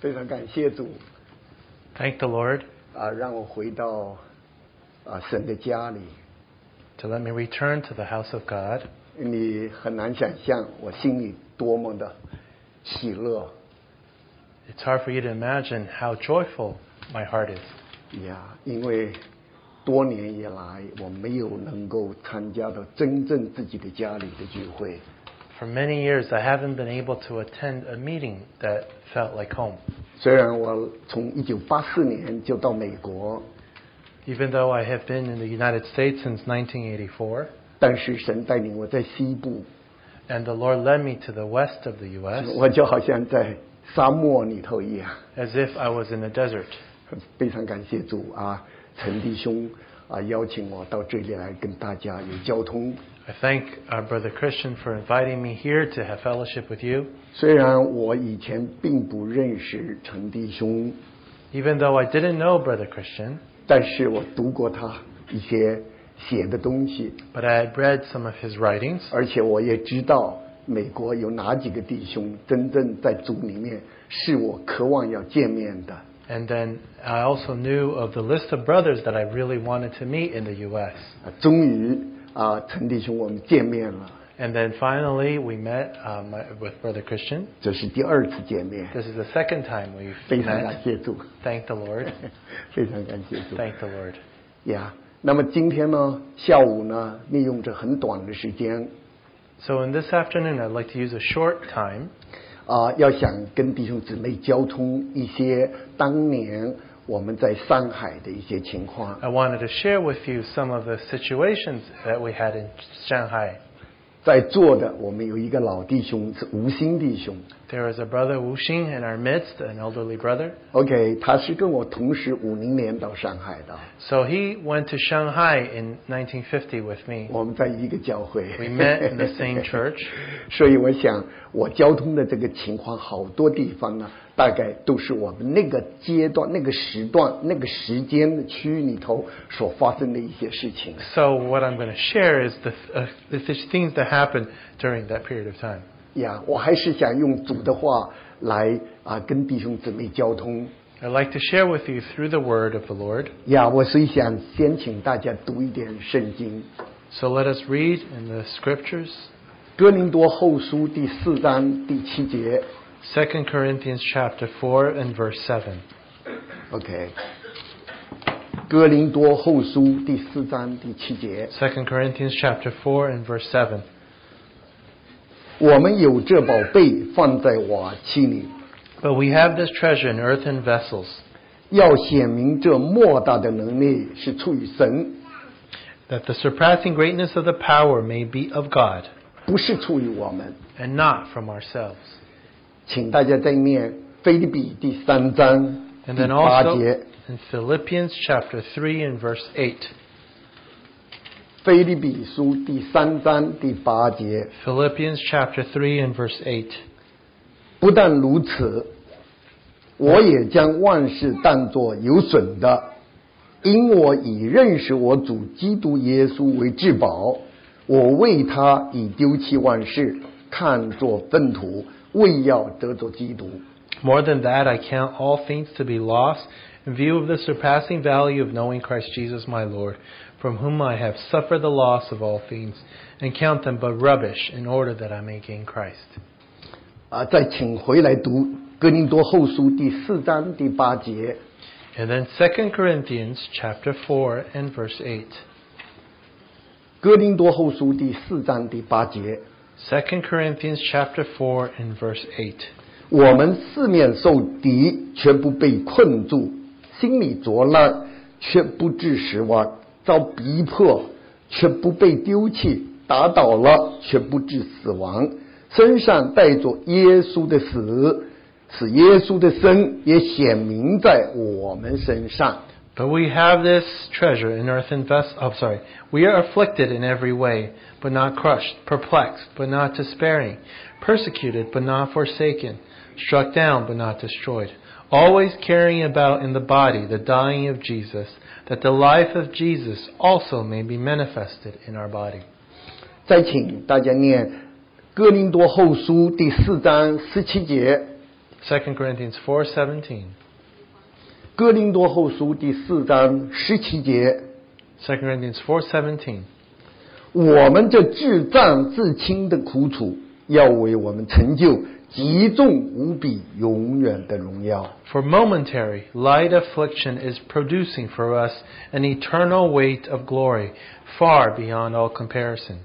非常感谢主 Thank the Lord 啊，让我回到啊神的家里。 to let me return to the house of God. 你很难想象我心里多么的喜乐 It's hard for you to imagine how joyful my heart is 呀，因为多年以来我没有能够参加到真正自己的家里的聚会。 For many years, I haven't been able to attend a meeting that felt like home. 虽然我从一九八四年就到美国， Even though I have been in the United States since 1984, 但是神带领我在西部， and the Lord led me to the west of the U.S. 我就好像在沙漠里头一样。 as if I was in a desert. 非常感谢主啊，陈弟兄啊邀请我到这里来跟大家有交通。 I thank our brother Christian for inviting me here to have fellowship with you. 虽然我以前并不认识陈弟兄， Even though I didn't know brother Christian, 但是我读过他一些写的东西， but I had read some of his writings, 而且我也知道美国有哪几个弟兄真正在主里面是我渴望要见面的。 and then I also knew of the list of brothers that I really wanted to meet in the U.S. 啊，终于啊，陈弟兄我们见面了， And then finally, we met um, with brother Christian. 这是第二次见面， This is the second time we've 非常感 met. 谢主， Thank the Lord. 非常感谢主。 Thank the Lord. 呀，那么今天呢，下午呢，利用这很短的时间 So in this afternoon, I'd like to use a short time 啊、要想跟弟兄姊妹交通一些当年我们在上海的一些情况。 I wanted to share with you some of the situations that we had in Shanghai. 在座的我们有一个老弟兄是吴兴弟兄 There is a brother Wu Xing in our midst, an elderly brother. ，OK，他是跟我同时五零年到上海的， So he went to Shanghai in 1950 with me. 我们在一个教会 We met in the same church. 所以我想我交通的这个情况，好多地方呢，大概都是我们那个阶段、那个时段、那个时间的区域里头所发生的一些事情。 So what I'm going to share is the, uh, the th- things that happened during that period of time. 呀，我还是想用主的话来啊，跟弟兄姊妹交通。 I'd like to share with you through the word of the Lord. 呀，我是想先请大家读一点圣经，《 So let us read in the scriptures 哥林多后书》第四章第七节。 2 Corinthians chapter 4 and verse 7. OK，《哥林多后书》第四章第七节。 2 Corinthians chapter 4 and verse 7. 我们有这宝贝放在瓦器里， But we have this treasure in earthen vessels, 要显明这莫大的能力是出于神， that the surpassing greatness of the power may be of God, 不是出于我们。 and not from ourselves. 请大家再念《菲利比》第三章 And 第 then 八 also 节，《 in Philippians chapter 3 and verse 8. 菲利比书》第三章第八节。 Philippians chapter 3 and verse 8. 不但如此，我也将万事当作有损的，因我以认识我主基督耶稣为至宝。我为他已丢弃万事，看作粪土，为要得着基督。 More than that, I count all things to be lost in view of the surpassing value of knowing Christ Jesus my Lord, from whom I have suffered the loss of all things, and count them but rubbish, in order that I may gain Christ. 啊，再请回来读《哥林多后书》第四章第八节。 And then 2 Corinthians chapter 4 and verse 8. 哥林多后书第四章第八节， 2 Corinthians chapter 4 and verse 8. 我们四面受敌，却不被困住；心里浊乱，却不致失望；遭逼迫，却不被丢弃；打倒了，却不致死亡。身上带着耶稣的死，使耶稣的生也显明在我们身上。 But we have this treasure in earthen vessels. Oh, sorry. We are afflicted in every way, but not crushed, perplexed, but not despairing, persecuted, but not forsaken, struck down, but not destroyed, always carrying about in the body the dying of Jesus, that the life of Jesus also may be manifested in our body. 再请大家念《哥林多后书》第四章十七节。 2 Corinthians 4:17. 哥林多后书第四章十七节， 2 Corinthians 4:17. 我们这自战自轻的苦楚，要为我们成就极重无比、永远的荣耀。 For momentary light affliction is producing for us an eternal weight of glory far beyond all comparison.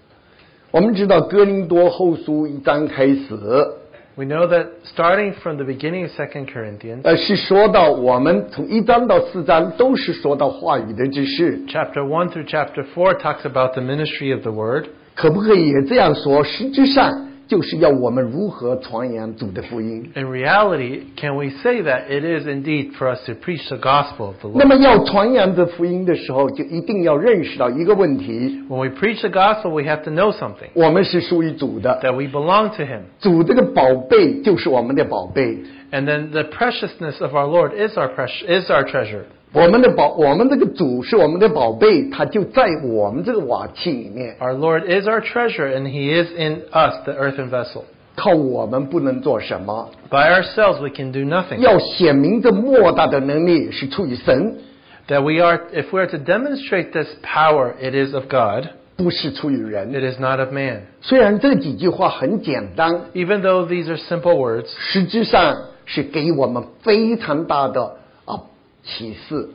我们知道哥林多后书一章开始， We know that starting from the beginning of 2 Corinthians, 呃，是说到我们从一章到四章都是说到话语的知识， chapter 1 through chapter 4 talks about the ministry of the word. 可不可以也这样说？实质上就是要我们如何传扬主的福音。 In reality, can we say that it is indeed for us to preach the gospel of the 那 Lord? 么要传扬这福音的时候，就一定要认识到一个问题： When we preach the gospel, we have to know something 我们是属于主的， that we belong to him. 主这个宝贝就是我们的宝贝。 And then the preciousness of our Lord is our precious, is our treasure. 我们的宝，我们这个主是我们的宝贝，它就在我们这个瓦器里面， Our Lord is our treasure, and He is in us, the earthen vessel. 靠我们不能做什么。 By ourselves, we can do nothing. 要显明这莫大的能力是出于神， That we are, if we are to demonstrate this power, it is of God. 不是出于人。 It is not of man. 虽然这几句话很简单， Even though these are simple words, 实质上是给我们非常大的啊启示，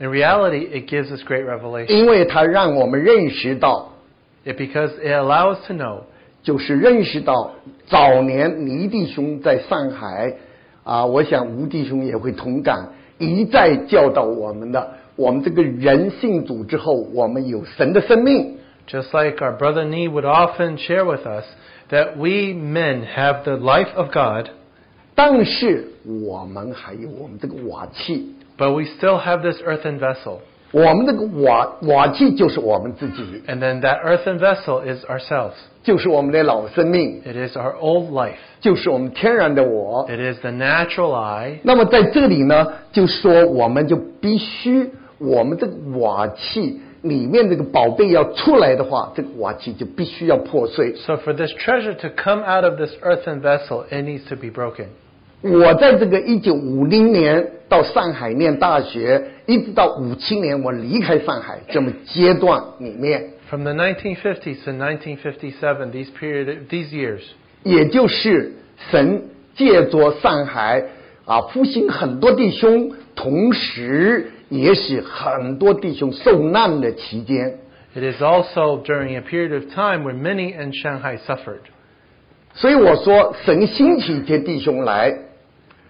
in reality, it gives us great revelation. 因为它让我们认识到， It because it allows us to know 就是认识到早年倪弟兄在上海啊，我想吴弟兄也会同感，一再教导我们的，我们这个人信主之后，我们有神的生命。 Just like our brother Nee would often share with us, that we men have the life of God, 但是我们还有我们这个瓦器， but we still have this earthen vessel. 我们这个瓦瓦器就是我们自己， And then that earthen vessel is ourselves. 就是我们的老生命， It is our old life. 就是我们天然的我。 It is the natural I. 那么在这里呢，就说我们就必须，我们这个瓦器里面这个宝贝要出来的话，这个瓦器就必须要破碎。 So for this treasure to come out of this earthen vessel, it needs to be broken. 我在这个一九五零年到上海念大学，一直到五七年我离开上海这么阶段里面， From the 1950s to 1957, these period, these years, 也就是神借着上海啊复兴很多弟兄，同时也使很多弟兄受难的期间， it is also during a period of time where many in Shanghai suffered. 所以我说神兴起一些弟兄来，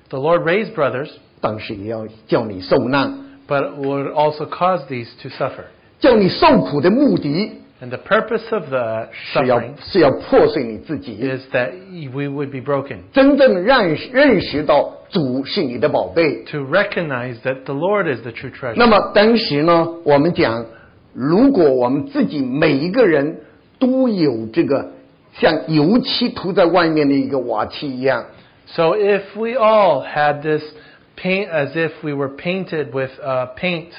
The Lord raised brothers, 但是也要叫你受难， but would also cause these to suffer. 叫你受苦的目的 And the purpose of the 是要 suffering 是要破碎你自己， is that we would be broken. 真正让认识到主是你的宝贝。 To recognize that the Lord is the true treasure. 那么当时呢，我们讲，如果我们自己每一个人都有这个像油漆涂在外面的一个瓦器一样， So if we all had this paint as if we were painted with uh, paint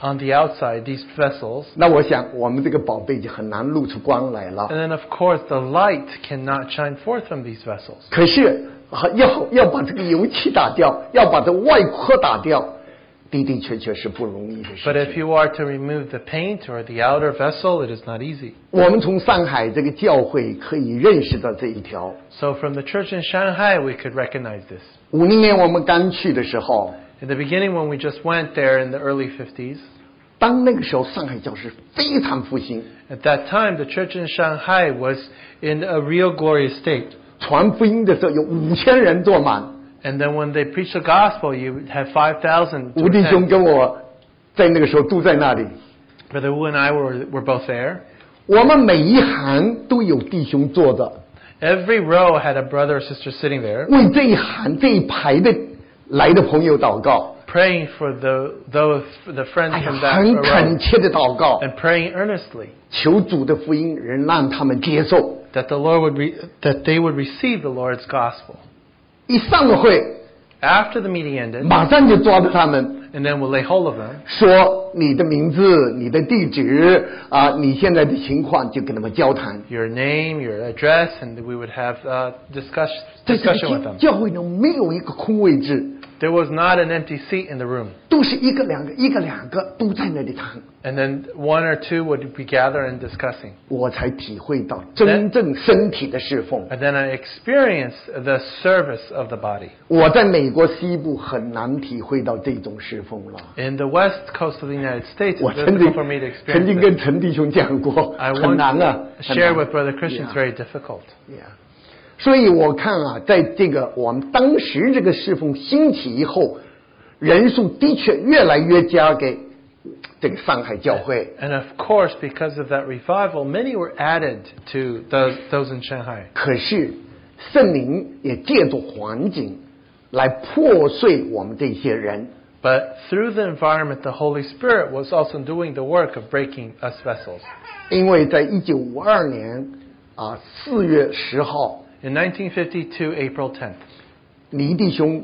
on the outside, these vessels, 那我想我们这个宝贝就很难露出光来了 and。then of course the light cannot shine forth from these vessels. 可是啊，要要把这个油漆打掉， 要把这外壳打掉，的的确确是不容易的事 But 情 if。you are to remove the paint or the outer vessel, it is not easy. 我们从上海这个教会可以认识到这一条。 So from the church in Shanghai, we could recognize this. 五零年我们刚去的时候， In the beginning, when we just went there in the early 50s, 当那个时候上海教是非常复兴， at that time, the church in Shanghai was in a real glorious state. 传福音的时候有五千人坐满。 And then when they preached the gospel, you had 5,000. to 吴弟 attend. 兄跟我在那个时候住在那里， Brother Wu and I were, were both there. 我们每一行都有弟兄坐着， Every row had a brother or sister sitting there, 为这一行这一排的来的朋友祷告， praying for the those for the friends 哎呀， from that 很恳 row, 切的祷告。 and praying earnestly 求主的福音仍让他们接受。 that the Lord would re, that they would receive the Lord's gospel. 一散了会， After the meeting ended, 马上就抓住他们， and then we'll lay hold of them. 说你的名字、你的地址啊，你现在的情况，就跟他们交谈。 Your name, your address, and we would have uh, discuss, 在这个 discussion 教 with them. 教会中没有一个空位置， There was not an empty seat in the room. 都是一个两个、一个两个都在那里谈， And then one or two would be gathering and discussing. 我才体会到真正身体的侍奉。 And then I experienced the service of the body. 我在美国西部很难体会到这种侍奉了。 In the west coast of the United States, 我 it's 曾经 difficult for me to 曾 experience 经 it. 跟陈弟兄讲过， I 很 once 难啊，很难 shared with Brother Christian, it's very difficult. Yeah. 所以我看啊，在这个我们当时这个侍奉兴起以后，人数的确越来越加给这个上海教会。 And of course, because of that revival, many were added to those, those in Shanghai. 可是圣灵也借助环境来破碎我们这些人， But through the environment, the Holy Spirit was also doing the work of breaking us vessels. 因为在一九五二年啊四月十号， In 1952, April 10th, 黎弟兄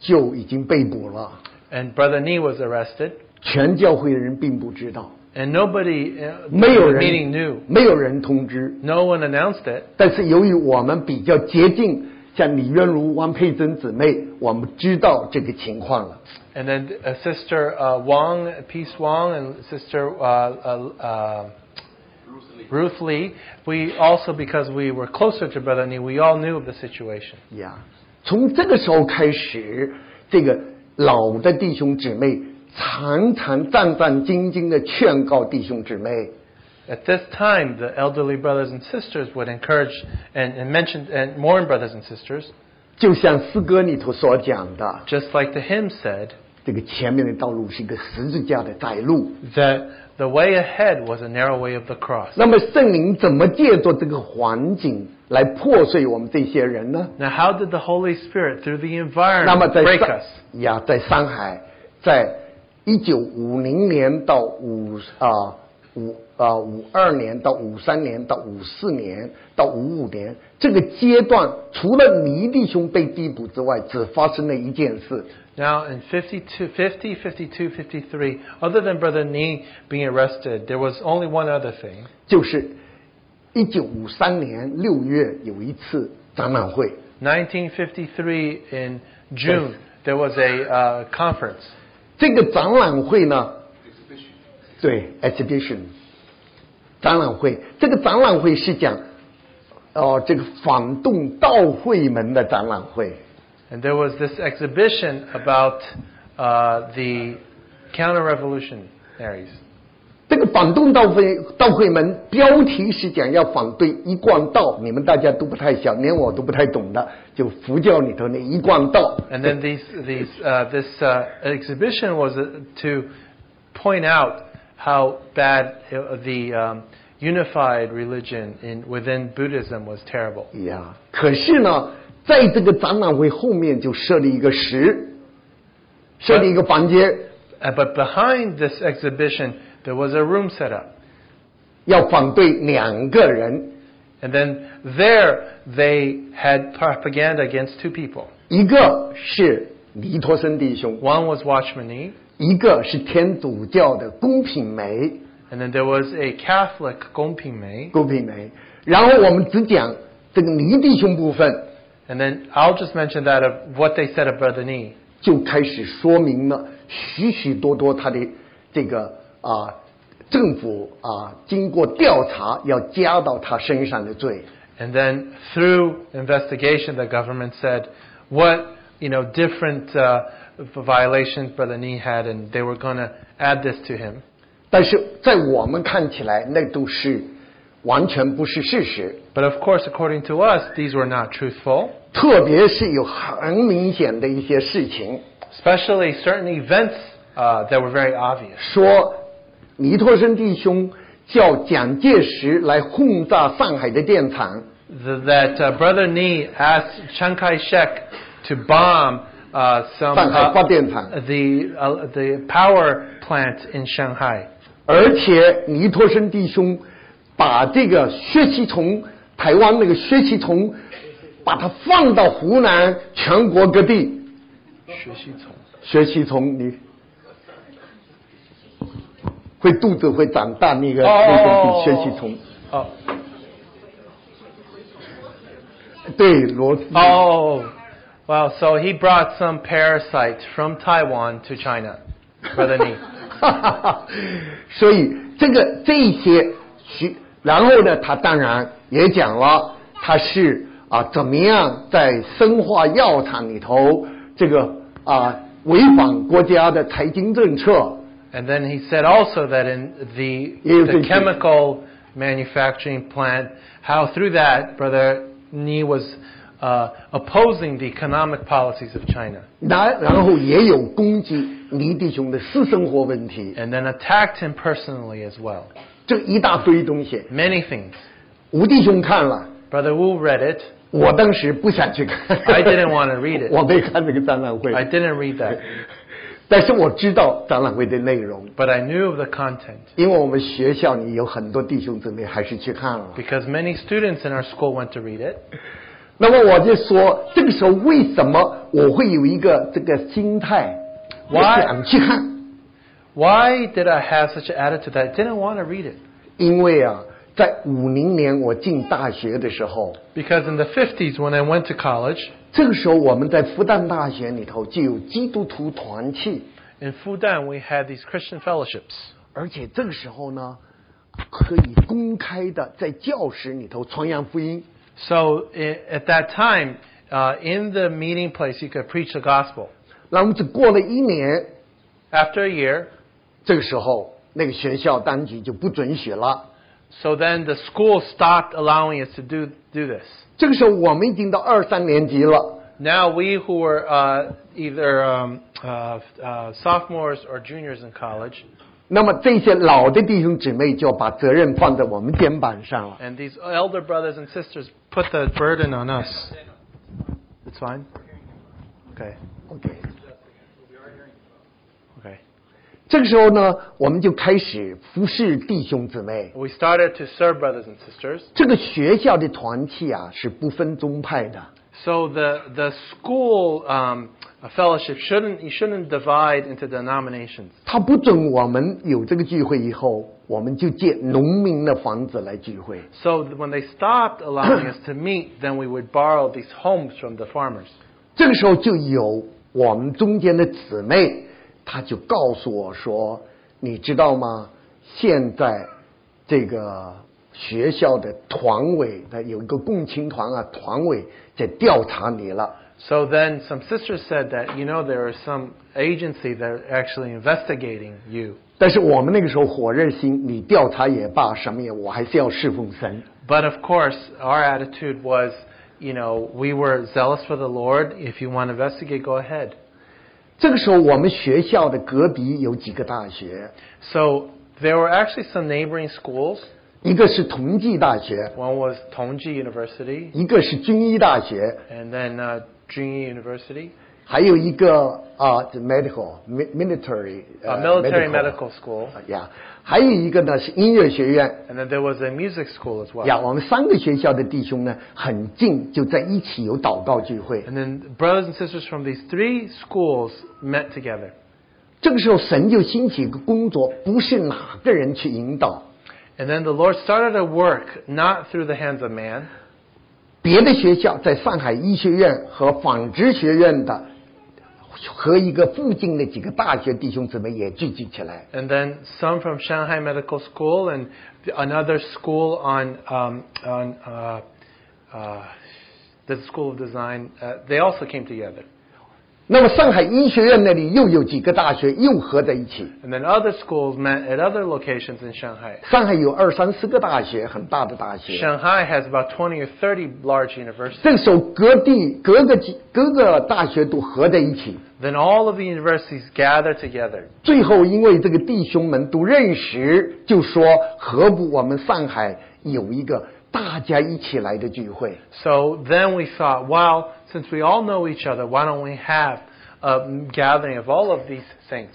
就已经被捕了， and Brother Nee was arrested, 全教会的人并不知道， and nobody uh, 没有 in the 人 meeting knew. 没有人通知。 No one announced it, 但是由于我们比较接近，像李渊如、汪佩珍姊妹，我们知道这个情况了。 and then uh, Sister uh, Wong, Peace Wong, and Sister uh, uh, uh, Ruth Lee, we also, because we were closer to Brother Nee, we all knew of the situation. 呀，从这个时候开始，这个老的弟兄姊妹常常战战兢兢地劝告弟兄姊妹， At this time, the elderly brothers and sisters would encourage and, and mention and warn brothers and sisters, 就像诗歌里头所讲的， just like the hymn said, 这个前面的道路是一个十字架的窄路。 that the way ahead was a narrow way of the cross. 那么圣灵怎么借助这个环境来破碎我们这些人呢？ Now, how did the Holy Spirit, through the 那么 environment, 在 break 上 us? 呀，在上海，在一九五零年到五啊五啊五二年到五三年到五四年到五五年这个阶段，除了倪弟兄被逮捕之外，只发生了一件事， Now, in 52, 50, 52, 53, other than Brother Nee being arrested, there was only one other thing. 就是一九五三年六月有一次展览会， 1953, in June, there was a uh, conference. 这个展览会呢，对，exhibition 展览会，这个展览会是讲，哦，这个反动道会门的展览会， And there was this exhibition about uh, the counter revolutionaries. 这个反动道会道会门标题是讲要反对一贯道，你们大家都不太想，连我都不太懂的，就佛教里头那一贯道， And then these, these, uh, this uh, exhibition was uh, to point out how bad uh, the um, unified religion in, within Buddhism was terrible. 呀，可是呢，在这个展览会后面就设立一个室，设立一个房间， Uh, but behind this exhibition, there was a room set up. 要反对两个人。 And then there, they had propaganda against two people. 一个是尼托森弟兄， One was Watchman E, Nee, 一个是天主教的龚品梅， and then there was a Catholic, Gongping Mei. 龚品梅。然后我们只讲这个尼弟兄部分， And then I'll just mention that of what they said of Brother Nee. 就开始说明了许许多多他的这个啊政府啊经过调查要加到他身上的罪。 And then through investigation, the government said what you know different uh, violations Brother Nee had, and they were going to add this to him. 但是在我们看起来，那都是完全不是事实， But of course, according to us, these were not truthful. 特别是有很明显的一些事情。 especially certain events uh, that were very obvious. 说尼托生弟兄叫蒋介石来轰炸上海的电厂， Th that uh, Brother Nee asked Chiang Kai-shek to bomb uh, some 上海 uh, 发电厂， the uh, the power plant in Shanghai, 而且尼托生弟兄把这个血吸虫，台湾那个血吸虫，把它放到湖南全国各地。血吸虫，会肚子会长大那个、那种哦比宣气虫， Oh. 对螺丝。 Oh. Wow. So he brought some parasites from Taiwan to China, Brother Nee. 哈哈 哈， 所以这个这些学，然后呢，他当然也讲了，他是啊怎么样在生化药厂里头这个啊违反国家的财经政策， And then he said also that in the, Yes, the thank you. chemical manufacturing plant, how through that, Brother Nee was uh, opposing the economic policies of China 然然后也有攻击倪弟兄的私生活问题， and then attacked him personally as well. 这一大堆东西， Many things. 吴弟兄看了。 Brother Wu read it. 我当时不想去看 I didn't want to read it. 我没看这个展览会 I didn't read that, 但是我知道展览会的内容， but I knew of the content 因为我们学校里有很多弟兄姊妹还是去看了。 because many students in our school went to read it. 那么我就说，这个时候为什么我会有一个这个心态，我 Why？想去看？ Why did I have such an attitude that I didn't want to read it? 因为啊，在五零年我进大学的时候， Because in the 50s, when I went to college, 这个时候我们在复旦大学里头就有基督徒团契， in Fudan, we had these Christian fellowships. 而且这个时候呢，可以公开的在教室里头传扬福音。 So i at that time, uh, in the meeting place, you could preach the gospel. 然后只过了一年， After a year, 这个时候那个学校当局就不准许了。 so then the school stopped allowing us to do, do this. 这个时候我们已经到二三年级了， Now we who were uh, either um, uh, uh, sophomores or juniors in college, 那么这些老的弟兄姊妹就要把责任放在我们肩膀上了。 and these elder brothers and sisters put the burden on us. It's fine. Okay. OK， Okay. 这个时候呢，我们就开始服侍弟兄姊妹。 We started to serve brothers and sisters. 这个学校的团契啊是不分宗派的， So the the school um, fellowship shouldn't you shouldn't divide into denominations. 他不准我们有这个聚会以后，我们就借农民的房子来聚会。 So when they stopped allowing us to meet, then we would borrow these homes from the farmers. 这个时候就有我们中间的姊妹，她就告诉我说：“你知道吗？现在这个学校的团委的有一个共青团啊，团委在调查你了。 So then some sisters said that you know there is some agency that are actually investigating you. 但是我们那个时候火热心，你调查也罢，什么也，我还是要侍奉神。 But of course, our attitude was, you know, we were zealous for the Lord. If you want to investigate, go ahead. 这个时候，我们学校的隔壁有几个大学， So there were actually some neighboring schools. 一个是同济大学， One was Tongji University, 一个是军医大学， and then uh, Junior University, 还有一个啊、medical mi- military a 啊 military Uh, medical medical school, 呀，还有一个呢是音乐学院 and then there was a music school as well. 呀。我们三个学校的弟兄呢很近，就在一起有祷告聚会。 And then brothers and sisters from these three schools met together. 这个时候，神就兴起一个工作，不是哪个人去引导， And then the Lord started a work not through the hands of man. 别的学校在上海医学院和纺织学院的。和一个附近的几个大学弟兄姊妹也聚集起来， And then some from Shanghai Medical School and th- another school on, um, on uh, uh, the School of Design. Uh, they also came together. 那么上海医学院那里又有几个大学又合在一起， And then other schools met at other locations in Shanghai. 上海有二三十个大学，很大的大学。 Shanghai has about 20 or 30 large universities. 这个时候，各地各个几各个大学都合在一起。 Then all of the universities gather together. 最后，因为这个弟兄们都认识，就说何不我们上海有一个大家一起来的聚会？ So then we thought, well, since we all know each other, why don't we have a gathering of all of these things?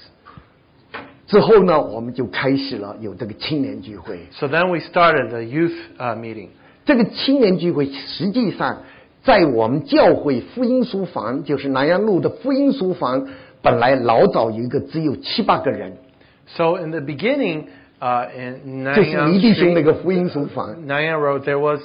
之后呢，我们就开始了有这个青年聚会。 So then we started the youth uh, meeting. 这个青年聚会实际上在我们教会福音书房，就是南阳路的福音书房，本来老早有一个只有七八个人， So in the beginning, uh, in 这是尼 Nanyang 弟兄那 Street, 个福音书房。 Nanyang Road, there was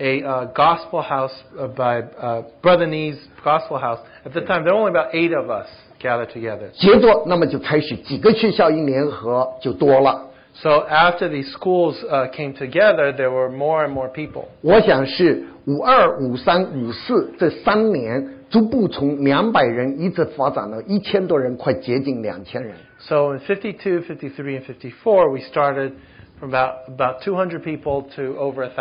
a uh, gospel house uh, by uh, Brother Nee's gospel house. At the time, there were only about eight of us gathered together. 结果，那么就开始几个学校一联合就多了。 So after the schools uh, came together, there were more and more people. 我想是五二、五三、五四这三年，逐步从两百人一直发展到一千多人，快接近两千人。 So in 52, 53, and 54, we started from about, about 200 people to over 1,000.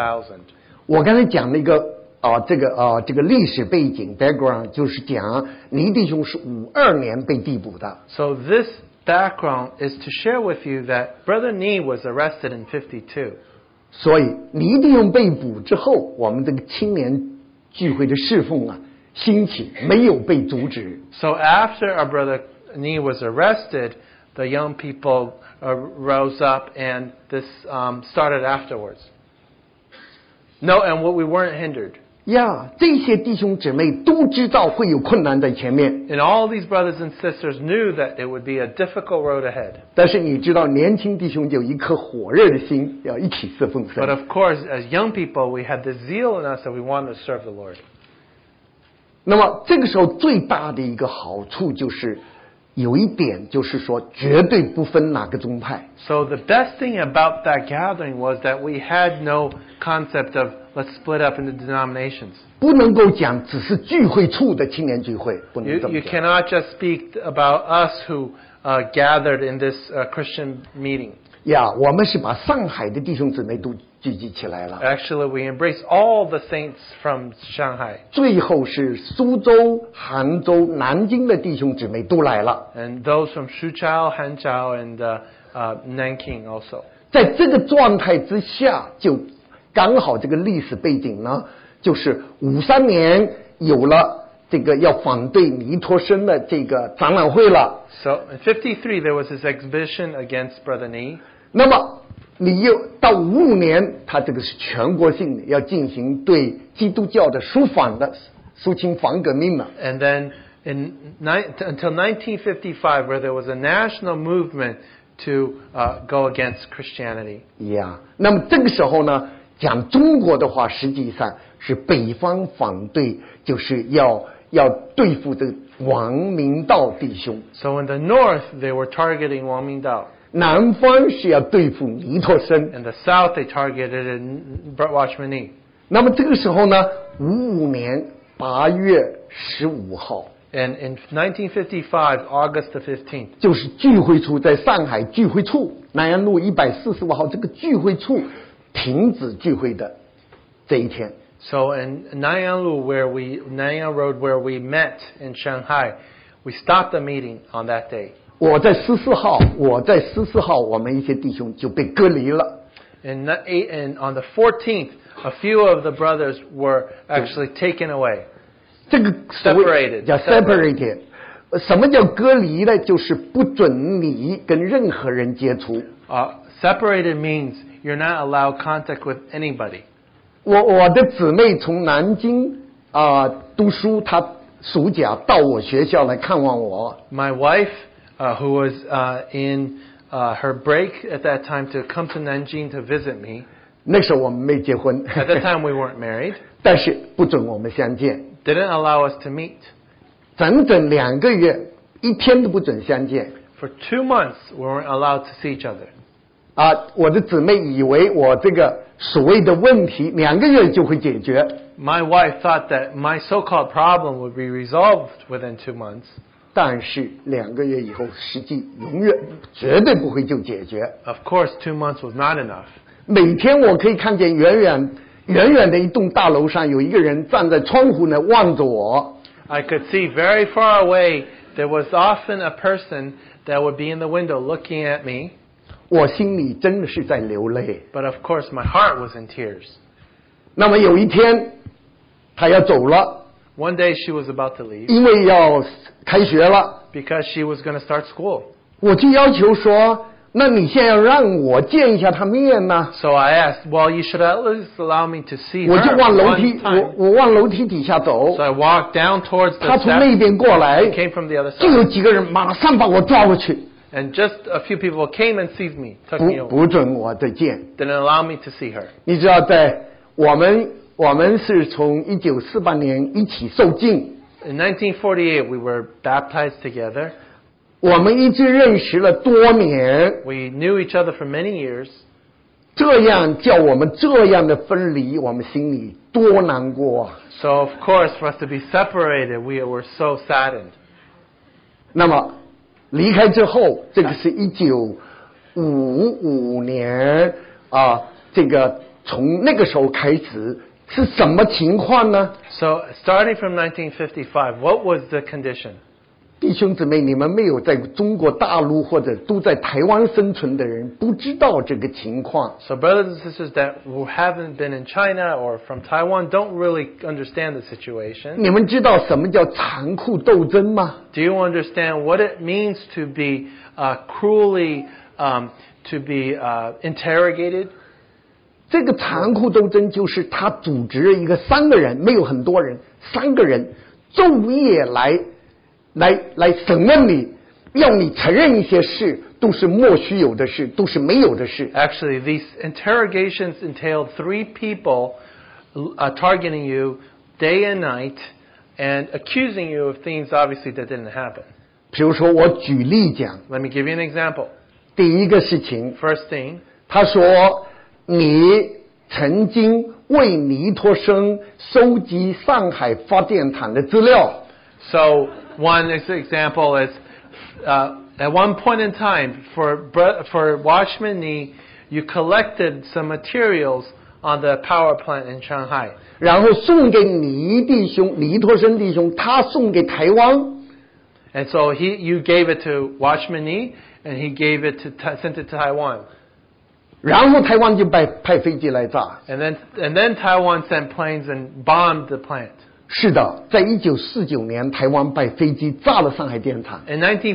我刚才讲那个啊、这个啊、这个历史背景 background 就是讲倪弟兄是五二年被逮捕的， So this background is to share with you that Brother Nee was arrested in 52. 所以倪弟兄被捕之后，我们这个青年聚会的侍奉啊兴起，没有被阻止。 So after our Brother Nee was arrested, the young people uh, rose up and this um, started afterwards. No, and what we weren't hindered. 呀，这些弟兄姊妹都知道会有困难在前面， And all these brothers and sisters knew that it would be a difficult road ahead. 但是你知道，年轻弟兄就有一颗火热的心，要一起侍奉 But 神。 of course, as young people, we had the zeal in us that we wanted to serve the Lord. 那么这个时候最大的一个好处就是，有一点就是说，绝对不分哪个宗派。 So the best thing about that gathering was that we had no concept of let's split up into denominations. 不能够讲只是聚会处的青年聚会，不能 You, 这么 you 讲。 cannot just speak about us who uh, gathered in this uh, Christian meeting. 呀，我们是把上海的弟兄姊妹都聚集起来了， Actually, we embrace all the saints from Shanghai, 最后是苏州、杭州、南京的弟兄姊妹都来了。 and those from Shuchao, Hanzhou, and uh, uh, Nanking also. 在这个状态之下，就刚好这个历史背景呢，就是五三年有了这个要反对尼托生的这个展览会了。 So in 53, there was this exhibition against Brother Nee. 那么你又到五五年，他这个是全国性的，要进行对基督教的肃反的肃清反革命了。 And then in, ni- until 1955, where there was a national movement to uh, go against Christianity. 呀、那么这个时候呢，讲中国的话，实际上是北方反对，就是要要对付这个王明道弟兄。 So in the north, they were targeting Wang Dao. 南方是要对付尼托生。 In the south, they targeted in Brett Watchman Nee. 那么这个时候呢，五五年八月十五号， And in 1955, August the 15th, 就是聚会处在上海聚会处南阳路一百四十五号这个聚会处停止聚会的这一天。 so in Nanyanglu, where we, Nanyang Road, where we met in Shanghai, we stopped the meeting on that day. 我在十四号，我在十四号，我们一些弟兄就被隔离了。 And, the eight, and on the 14th, a few of the brothers were actually taken away. 这个所谓 Separated，叫 separated separated。什么叫隔离呢？就是不准你跟任何人接触。 Uh, separated means you're not allowed contact with anybody. 我我的姊妹从南京啊、读书，她暑假到我学校来看望我。 My wife, uh, who was uh, in uh, her break at that time to come to Nanjing to visit me, 那时候我们没结婚， at that time we weren't married, 但是不准我们相见， didn't allow us to meet. 整整两个月，一天都不准相见。 For two months, we weren't allowed to see each other. 啊，我的姊妹以为我这个所谓的问题两个月就会解决， My wife thought that my so called problem would be resolved within two months, 但是两个月以后，实际永远绝对不会就解决。 Of course, two months was not enough. 每天我可以看见远远远远的一栋大楼上有一个人站在窗户那望着我， I could see very far away there was often a person that would be in the window looking at me, 我心里真的是在流泪。 but of course my heart was in tears. 那么有一天，他要走了， One day she was about to leave 因为要开学了， because she was going to start school. 我就要求说，那你现在要让我见一下他面呢、 So I asked, well, you should at least allow me to see 我就 her 往楼 one 梯，我 time. 我往楼梯底下走 So，I walked down towards 他 the 从那 steps, 边过来， came from the other 就有 side. 几个人马上把我抓过去。 And just a few people came and seized me, took me 不 over, 不准我的剑。 didn't allow me to see her. 你知道，在我们我们是从一九四八年一起受浸， In 1948, we were baptized together. 我们一直认识了多年， We knew each other for many years. 这样叫我们这样的分离，我们心里多难过啊！ So, of course, for us to be separated, we were so saddened. 那么离开之后，这个是一九五五年啊，这个从那个时候开始是什么情况呢？ So, starting from 1955, what was the condition? 弟兄姊妹，你们没有在中国大陆或者都在台湾生存的人，不知道这个情况。 So, brothers and sisters that who haven't been in China or from Taiwan don't really understand the situation. 你们知道什么叫残酷斗争吗？ Do you understand what it means to be uh, cruelly, um, to be uh, interrogated? 这个残酷斗争就是他组织一个三个人，没有很多人，三个人昼夜来来来审问你，要你承认一些事，都是莫须有的事，都是没有的事。 Actually, these interrogations entailed three people uh, targeting you day and night and accusing you of things obviously that didn't happen. 比如说，我举例讲， Let me give you an example. 第一个事情， First thing, 他说你曾经为尼托生收集上海发电厂的资料， so one is- example is uh, at one point in time for Bre- for Watchman Nee, you collected some materials on the power plant in Shanghai. 然后送给尼弟兄、尼托生弟兄，他送给台湾。 And so he, you gave it to Watchman Nee, and he gave it to, Ta- sent it to Taiwan. 然后台湾就派派飞机来炸。 And then, and then Taiwan sent planes and bombed the plant. 是的，在一九四九年，台湾派飞机炸了上海电厂， In 1949,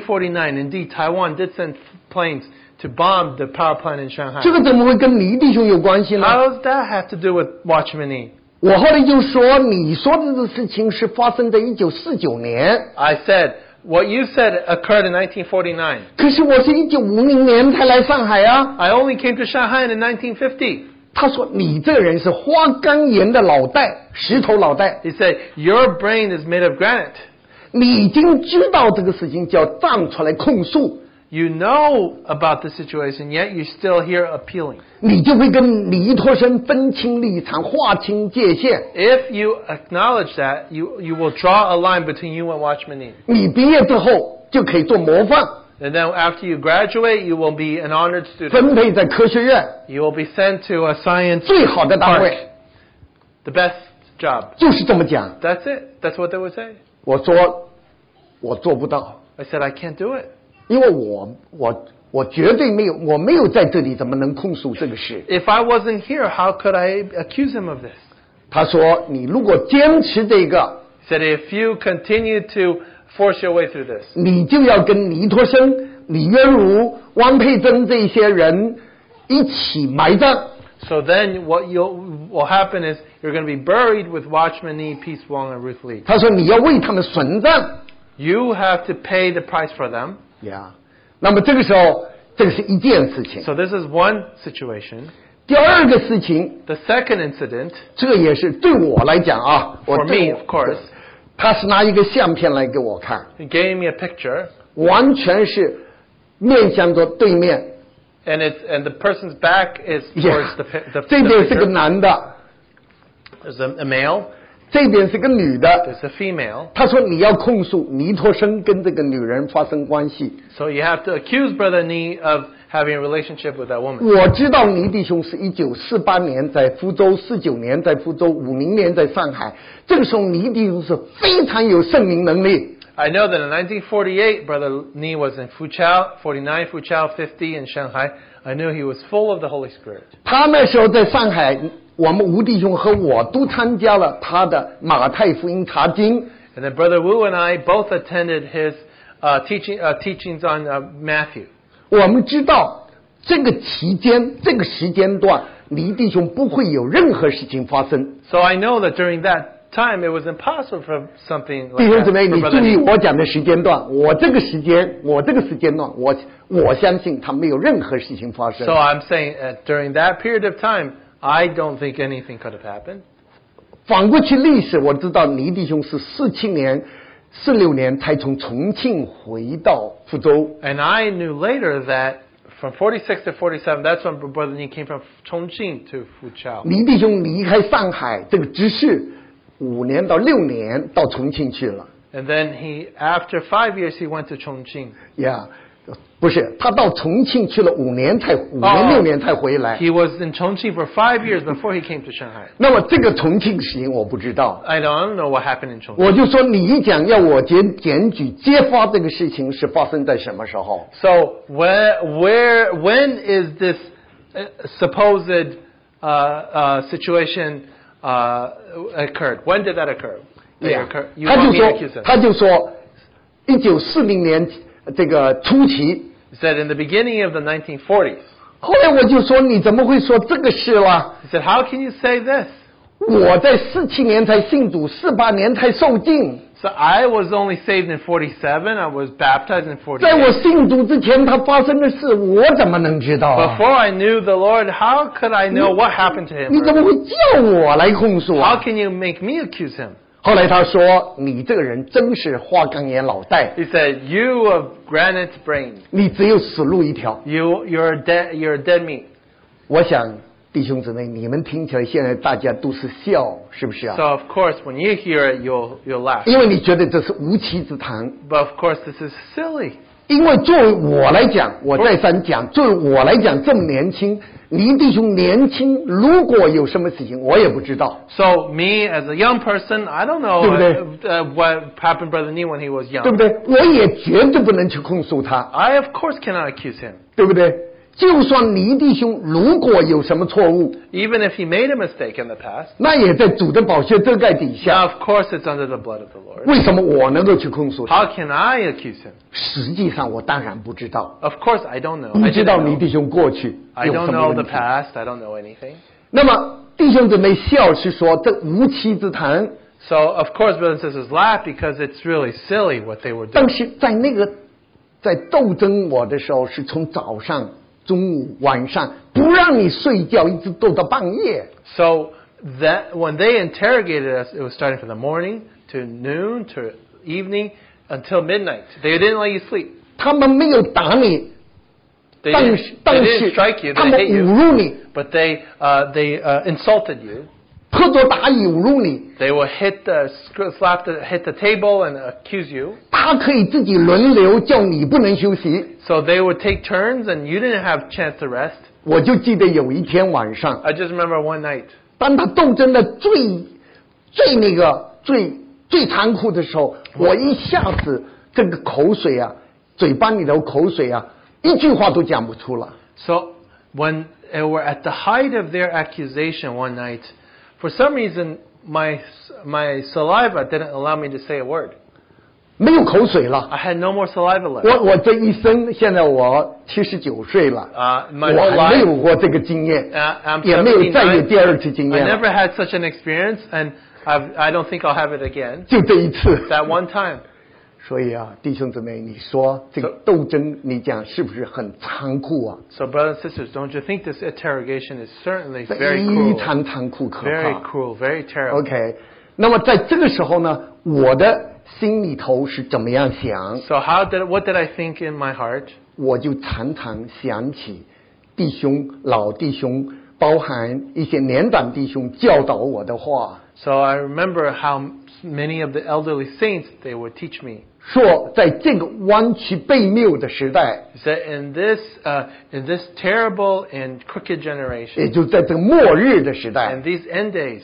indeed, Taiwan did send planes to bomb the power plant in Shanghai. 这个怎么会跟李弟兄有关系呢？ How does that have to do with Watchman Nee? 我后来就说，你说的这个事情是发生在一九四九年， I said, what you said occurred in 1949. 可是我是一九五零年才来上海啊。 I only came to Shanghai in 1950. 他说你这人是花岗岩的脑袋，石头脑袋， He said, your brain is made of granite. 你已经知道这个事情，就要站出来控诉， You know about the situation, yet you're still here appealing. 你就会跟李托生分清立场，划清界限。 If you acknowledge that, you, you will draw a line between you and Watchman Nee. 你毕业之后就可以做模范。 And then after you graduate, you will be an honored student. 分配在科学院 You will be sent to a science 最好的单 park. 位， The best job. 就是这么讲。 That's it. That's what they would say. 我说我做不到， I said, I can't do it. 因为我我我绝对没有，我没有在这里，怎么能控诉这个事？ If I wasn't here, how could I accuse him of this? 他说你如果坚持这个， He said, if you continue to force your way through this, 你就要跟尼托生、李渊如、汪佩珍这些人一起埋葬。 so then what you'll, will happen is you're going to be buried with Watchman Nee, Peace Wong, and Ruth Lee. 他说你要为他们损葬 You have to pay the price for them. 呀。那么这个时候，这个是一件事情。 So this is one situation. 第二个事情 The second incident, 这也是对我来讲啊，我 For 对 me, 我 of course. 他是拿一个相片来给我看， he gave me a picture. 完全是面向着对面。 And it's and the person's back is towards Yeah. the pi- the, 这 the 边是个 picture. 男的， There's a, a male. 这边是个女的。 There's a female. 他说你要控诉尼托生跟这个女人发生关系。 So you have to accuse brother Nee of having a relationship with that woman. 我知道尼弟兄是一九四八年在福州，四九年在福州，五零年在上海。这个时候尼弟兄是非常有圣灵能力， I know that in 1948 brother Nee was in Fuchao, 49 Fuchao, 50 in Shanghai. I knew he was full of the Holy Spirit. 他那时候在上海，我们吴弟兄和我都参加了他的马太福音查经。 And then brother Wu and I both attended his uh, teaching uh, teachings on uh, Matthew. 我们知道这个期间、这个时间段，离弟兄不会有任何事情发生。 So I know that during that time, it was impossible for something 弟 like 兄 that 姊妹， for 你 Brother 注意 Nick. 我讲的时间段，我这个时间，我这个时间段，我我相信他没有任何事情发生 So。I'm saying uh, during that period of time, I don't think anything could have happened. 反过去历史，我知道倪弟兄是四七年、四六年才从重庆回到福州， And I knew later that from 46 to 47, that's when Brother Nick came from Chongqing to Fuchao. 倪弟兄离开上海这个职事五年到六年到重庆去了。 And then he, after five years, he went to Chongqing. 呀、不是，他到重庆去了五年才五哦年六年才回来。 He was in Chongqing for five years before he came to Shanghai. 那么这个重庆行我不知道， I don't, I don't know what happened in Chongqing. 我就说你一讲要我检检举揭发这个事情是发生在什么时候？ So where, where, when is this uh, supposed uh, uh, situation uh, occurred? When did that occur? They occur- you 他 want 就 me to accuse 说 them? 他就说，一九四零年这个初期， He said in the beginning of the 1940s. 后来我就说你怎么会说这个事啦？ He said, "How can you say this?" 我在四七年才信主，四八年才受浸， So I was only saved in 47. I was baptized in 48. 在我信主之前，他发生的事我怎么能知道啊？ Before I knew the Lord, how could I know what happened to 你 him? 怎么会叫我来控诉啊 How？can you make me accuse him? 后来他说：“你这个人真是花岗岩脑袋， He said, "You of granite brain. 你只有死路一条。 You, you're dead. You're dead meat." ”我想，弟兄姊妹，你们听起来现在大家都是笑，是不是啊 So？of course, when you hear it, you'll you'll laugh. 因为你觉得这是无稽之谈。 But of course, this is silly. 因为作为我来讲，我再三讲，作为我来讲，这么年轻，倪弟兄年轻，如果有什么事情，我也不知道， So me as a young person, I don't know Dude. uh, uh, what happened, brother Nee, when he was 对不 young. 对？我也绝对不能去控诉他， I of course cannot accuse him, 对不对？就算倪弟兄如果有什么错误， even if he made a mistake in the past. 那也在主的宝血遮盖底下。 Now, of course, it's under the blood of the Lord. 为什么我能够去控诉他？ How can I accuse him? 实际上我当然不知道， Of course, I don't know. 不 I 知道 didn't 你 know. 弟兄过去 I 有什 don't 么 know 问 the 题。 past. I don't know anything. 那么弟兄姊妹笑是说这无稽之谈， So, of course, brothers and sisters laugh because it's really silly what they were 但 doing. 是在那个在斗争我的时候，是从早上、中午、晚上不让你睡觉，一直斗到半夜。 So that when they interrogated us, it was starting from the morning to noon to evening until midnight. They didn't let you sleep. 他们没有打你， They 但 didn't, 是 they 但 didn't 是 strike you. 他 They 们 hit 侮 you. 辱你， But they uh, they uh, insulted you. 喝着打你侮辱你， They will hit the sc- slap the hit the table and accuse you. 他可以自己轮流叫你不能休息。 So they would take turns, and you didn't have a chance to rest. 我就记得有一天晚上， I just remember one night 当他斗争的最最那个最最残酷的时候，我一下子这个口水啊，嘴巴里头口水啊，一句话都讲不出了。 So when they were at the height of their accusation one night, for some reason my my saliva didn't allow me to say a word. 没有口水了， I had no more saliva left. 我我这一生现在我七十九岁了， Uh, my 我 whole 还没 life, 有过这个经验 uh,，I'm 也没有再有 79. 第二次经 I 验了， never had such an experience, and I've, I don't think I'll have it again. 就这一次。 That one time. 所以啊，弟兄姊妹，你说这个 So- 斗争，你讲是不是很残酷啊？ So, brothers and sisters, don't you think this interrogation is certainly 非 very cruel, 常残酷可怕。 very cruel, very terrible? OK，那么在这个时候呢，我的心里头是怎么样想？ So, how did what did I think in my heart? 我就常常想起弟兄、老弟兄，包含一些年长弟兄教导我的话， So I remember how many of the elderly saints they would teach me. 说在这个弯曲背谬的时代， He said, in this uh, in this terrible and crooked generation, 也就在这个末日的时代 and，these end days,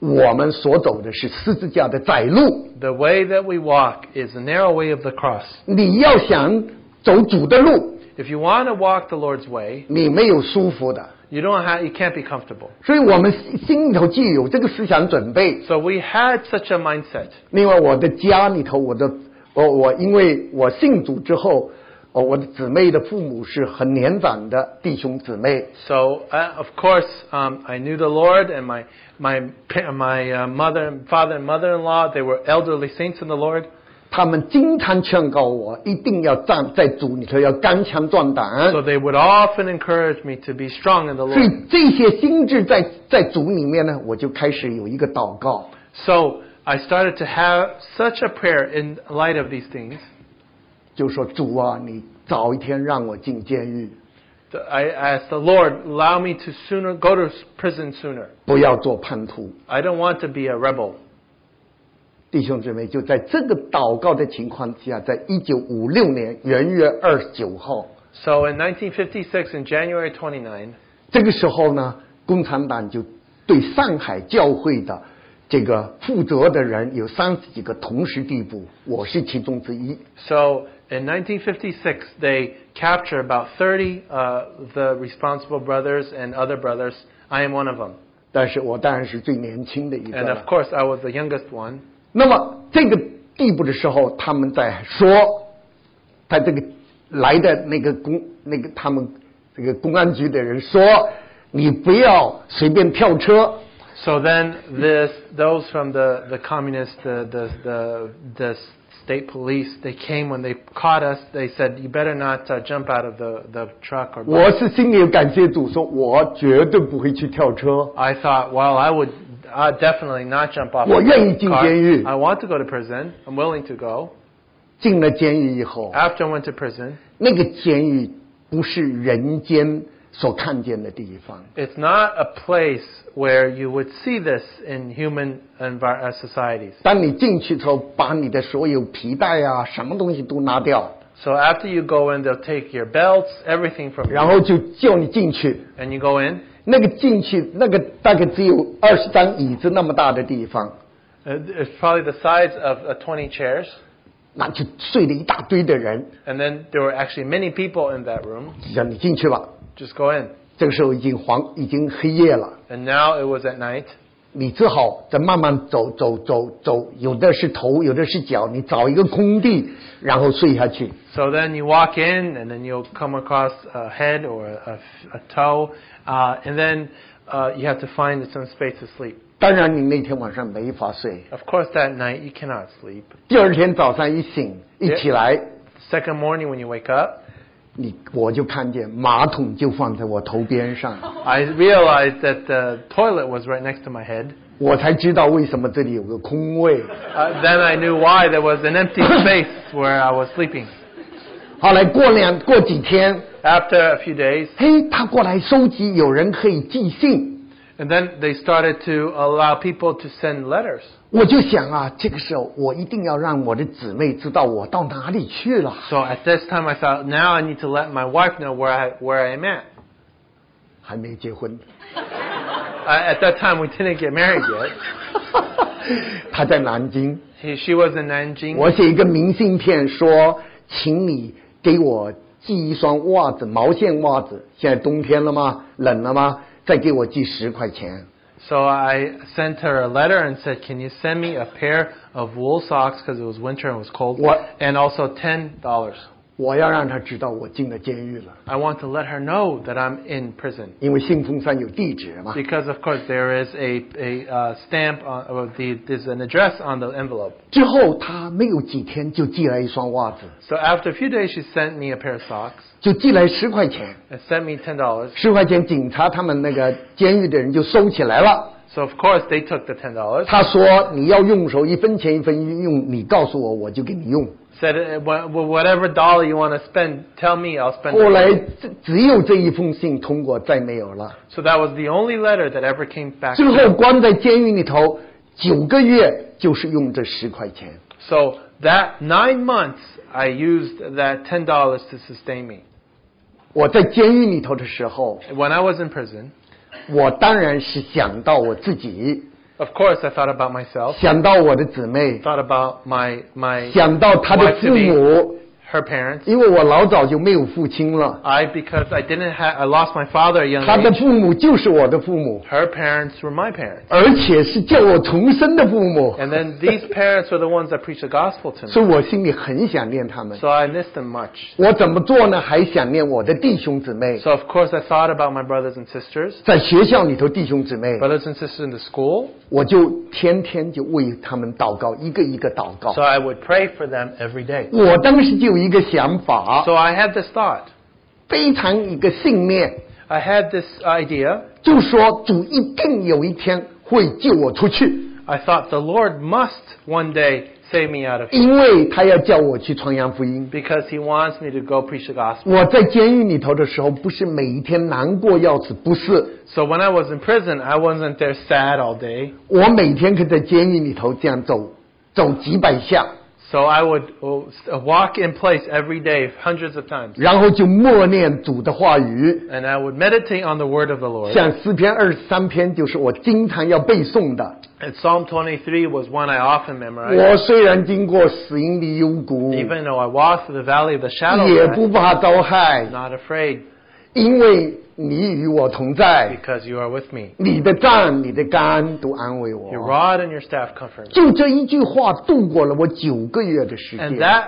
我们所走的是十字架的窄路。 the way that we walk is the narrow way of the cross. 你要想走主的路， If you want to walk the Lord's way, 你没有舒服的。 you don't have you can't be comfortable. 所以我们心心里头既有这个思想准备， So we had such a mindset. 哦另外，我的家里头，我的我我因为我信主之后，哦，我的姊妹的父母是很年长的弟兄姊妹， So, uh, of course, um, I knew the Lord, and my my pa- my uh, mother and father and mother-in-law they were elderly saints in the Lord. 他们经常劝告我一定要站在主里头要刚强壮胆。 So they would often encourage me to be strong in the 所以 Lord. 这些心智在在主里面呢，我就开始有一个祷告。 So I started to have such a prayer in light of these things. 就说主啊，你早一天让我进监狱， Th- I asked the Lord, allow me to sooner go to s- prison sooner. 不要做叛徒。 I don't want to be a rebel. 弟兄姊妹，就在这个祷告的情况之下，在一九五六年元月二十九号， So in 1956, in January 29, 这个时候呢，共产党就对上海教会的这个负责的人有三十几个同时逮捕，我是其中之一。 so in 1956, they capture about 30 uh, the responsible brothers and other brothers. I am one of them, 但是我当然是最年轻的一个 and 了 of。course, I was the youngest one. 那么这个地步的时候，他们在说，在这个来的那个公那个他们这个公安局的人说，你不要随便跳车， So then, this those from the the communist the the the, the state police they came when they caught us. They said you better not uh, jump out of the the truck or. 我是心里有感谢主，说我绝对不会去跳车， I thought, well, I would uh, definitely not jump off. 我愿意进监狱。 I want to go to prison. I'm willing to go. 进了监狱以后， After I went to prison, 那个监狱不是人间所看见的地方， it's not a place where you would see this in human envi- uh, societies. 当你进去之后，把你的所有皮带啊，什么东西都拿掉， So after you go in, they'll take your belts, everything from 然 you, 后就叫你进去。 and you go in. 那个进去，那个大概只有二十张椅子那么大的地方， Uh, It's probably the size of uh, 20 chairs. 那就睡了一大堆的人， And then there were actually many people in that room. 让你进去吧。 Just go in. 这个时候已经黄，已经黑夜了， And now it was at night. 你只好再慢慢走走走走，有的是头，有的是脚，你找一个空地，然后睡下去。 So then you walk in, and then you'll come across a head or a, a toe, uh, and then uh, you have to find some space to sleep. 当然，你那天晚上没法睡， Of course, that night you cannot sleep. 第二天早上一醒，一起来， Second morning when you wake up, 你我就看见马桶就放在我头边上， I realized that the toilet was right next to my head. 我才知道为什么这里有个空位。 Uh, then I knew why there was an empty space where I was sleeping. 后来过两过几天， After a few days, 嘿，他过来收集，有人可以寄信。 and then they started to allow people to send letters. 我就想啊，这个时候我一定要让我的姊妹知道我到哪里去了。 So at this time, I thought, now I need to let my wife know where I where I am at. 还没结婚， I, at that time, we didn't get married yet. 他在南京。 He, she was in Nanjing. 我写一个明信片说，请你给我寄一双袜子，毛线袜子。现在冬天了吗？冷了吗？再给我寄十块钱。 So I sent her a letter and said, "Can you send me a pair of wool socks because it was winter and it was cold, What? and also ten dollars? 我要让他知道我进了监狱了， I want to let her know that I'm in prison 因为信封上有地址嘛。 because, of course, there is a a uh, stamp on or the there's an address on the envelope. 之后他没有几天就寄来一双袜子， So after a few days, she sent me a pair of socks 就寄来十块钱。 and sent me ten dollars. 十块钱，警察他们那个监狱的人就收起来了。 So of course, they took the ten dollars. 他说：“你要用的时候一分钱一分用，你告诉我，我就给你用。 Said, "Uh, wha- whatever dollar you want to spend, tell me, I'll ” spend. 后 it." 来只只有这一封信通过，再没有了。 So that was the only letter that ever came back. 最后关在监狱里头九个月，就是用这十块钱。 So that nine months, I used that ten dollars to sustain me. 我在监狱里头的时候， When I was in prison, 我当然是想到我自己， of course, I thought about myself, 想到我的姊妹， thought about my my 想到她的父母， her parents. 因为我老早就没有父亲了， I because I didn't have I lost my father at a young 他的 age. 父母就是我的父母， Her parents were my parents, 而且是叫我重生的父母， and then these parents were the ones that preached the gospel to me. 所以我心里很想念他们。 So I missed them much. 我怎么做呢？还想念我的弟兄姊妹， So of course I thought about my brothers and sisters, 在学校里头弟兄姊妹， brothers and sisters in the school. 我就天天就为他们祷告，一个一个祷告 So。I would pray for them every day. 我当时就有一个想法， So I had this thought. 非常一个信念， I had this idea. 就说主一定有一天会救我出去， I thought the Lord must one day save me out of here 因为他要叫我去传扬福音。 because He wants me to go preach the gospel. 我在监狱里头的时候，不是每一天难过要死，不是， So when I was in prison, I wasn't there sad all day. 我每天可以在监狱里头这样走，走几百下， So I would oh, s- walk in place every day, hundreds of times, 然后就默念主的话语， and I would meditate on the word of the Lord. 像诗篇二十三篇，就是我经常要背诵的。 And Psalm 23 was one I often memorized. 我虽然经过死荫的幽谷， Even though I walked through the valley of the shadow, of 也 death, 不怕遭害 I'm，not afraid 因为你与我同在， because you are with me. 你的杖、你的竿都安慰 Your 我。 rod and your staff comfort me. 就这一句话度过了我九个月的时 And 间。 that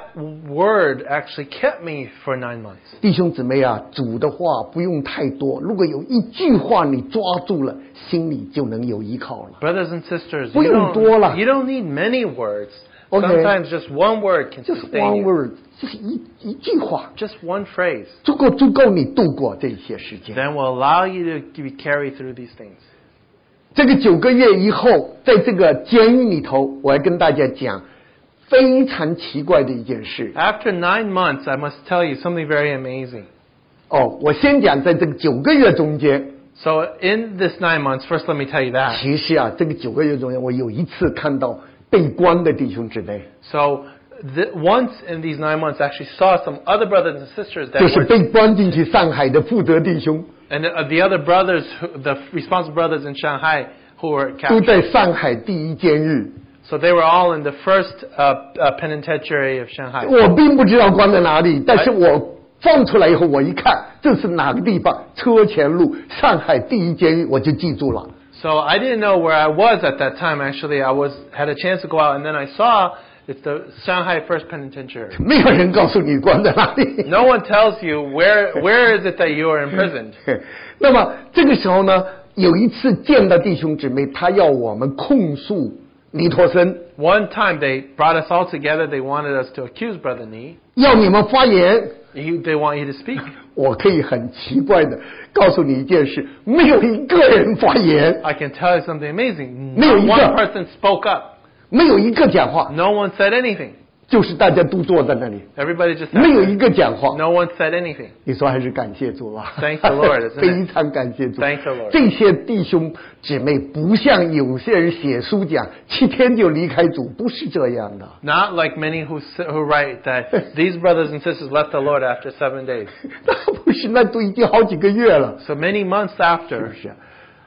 word actually kept me for nine months. 弟兄姊妹啊，主的话不用太多，如果有一句话你抓住了，心里就能有依靠了。 Brothers and sisters, 不用 you 多了。 don't, you don't need many words. Okay. Sometimes just one word can Just sustain one you. word，就是一一句话， Just one phrase. 足够足够你度过这些时间。 Then will allow you to be carried through these things. 这个九个月以后，在这个监狱里头，我要跟大家讲非常奇怪的一件事。 After nine months, I must tell you something very amazing. 哦，我先讲在这个九个月中间， So in this nine months, first let me tell you that. 其实啊，这个九个月中间，我有一次看到被关的弟兄姊妹， So th- once in these nine months, I actually saw some other brothers and sisters that 就是 were, 被关进去上海的负责弟兄， and uh, the other brothers, who, the responsible brothers in Shanghai who were 都 captured. 在上海第一监狱。 So they were all in the first uh, uh, penitentiary of Shanghai. 我并不知道关在哪里，但是我放出来以后，我一看这是哪个地方，车前路上海第一监狱，我就记住了。 So I didn't know where I was at that time. Actually, I was had a chance to go out, and then I saw it's the Shanghai First Penitentiary. 没有人告诉你关在哪里。 No one tells you where where is it that you are imprisoned. 那么这个时候呢，有一次见到弟兄姊妹，他要我们控诉尼托森， One time they brought us all together. They wanted us to accuse Brother Nee. 要你们发言。 You, they want you to speak. 我可以很奇怪的告诉你一件事：没有一个人发言， I can tell you something amazing. No, Not you one don't. person spoke up. 没有一个讲话， No one said anything. 就是大家都坐在那里， Everybody just sat 没有一 there. 个讲话。 No one said anything. 你说还是感谢主吧 Thank the Lord, isn't it? 非常感谢主。 Thank the Lord. 这些弟兄姊妹不像有些人写书讲七天就离开主，不是这样的。 Not like many who s- who write that these brothers and sisters left the Lord after seven days. 那不是，那都已经好几个月了， So many months 是不 after. 是？啊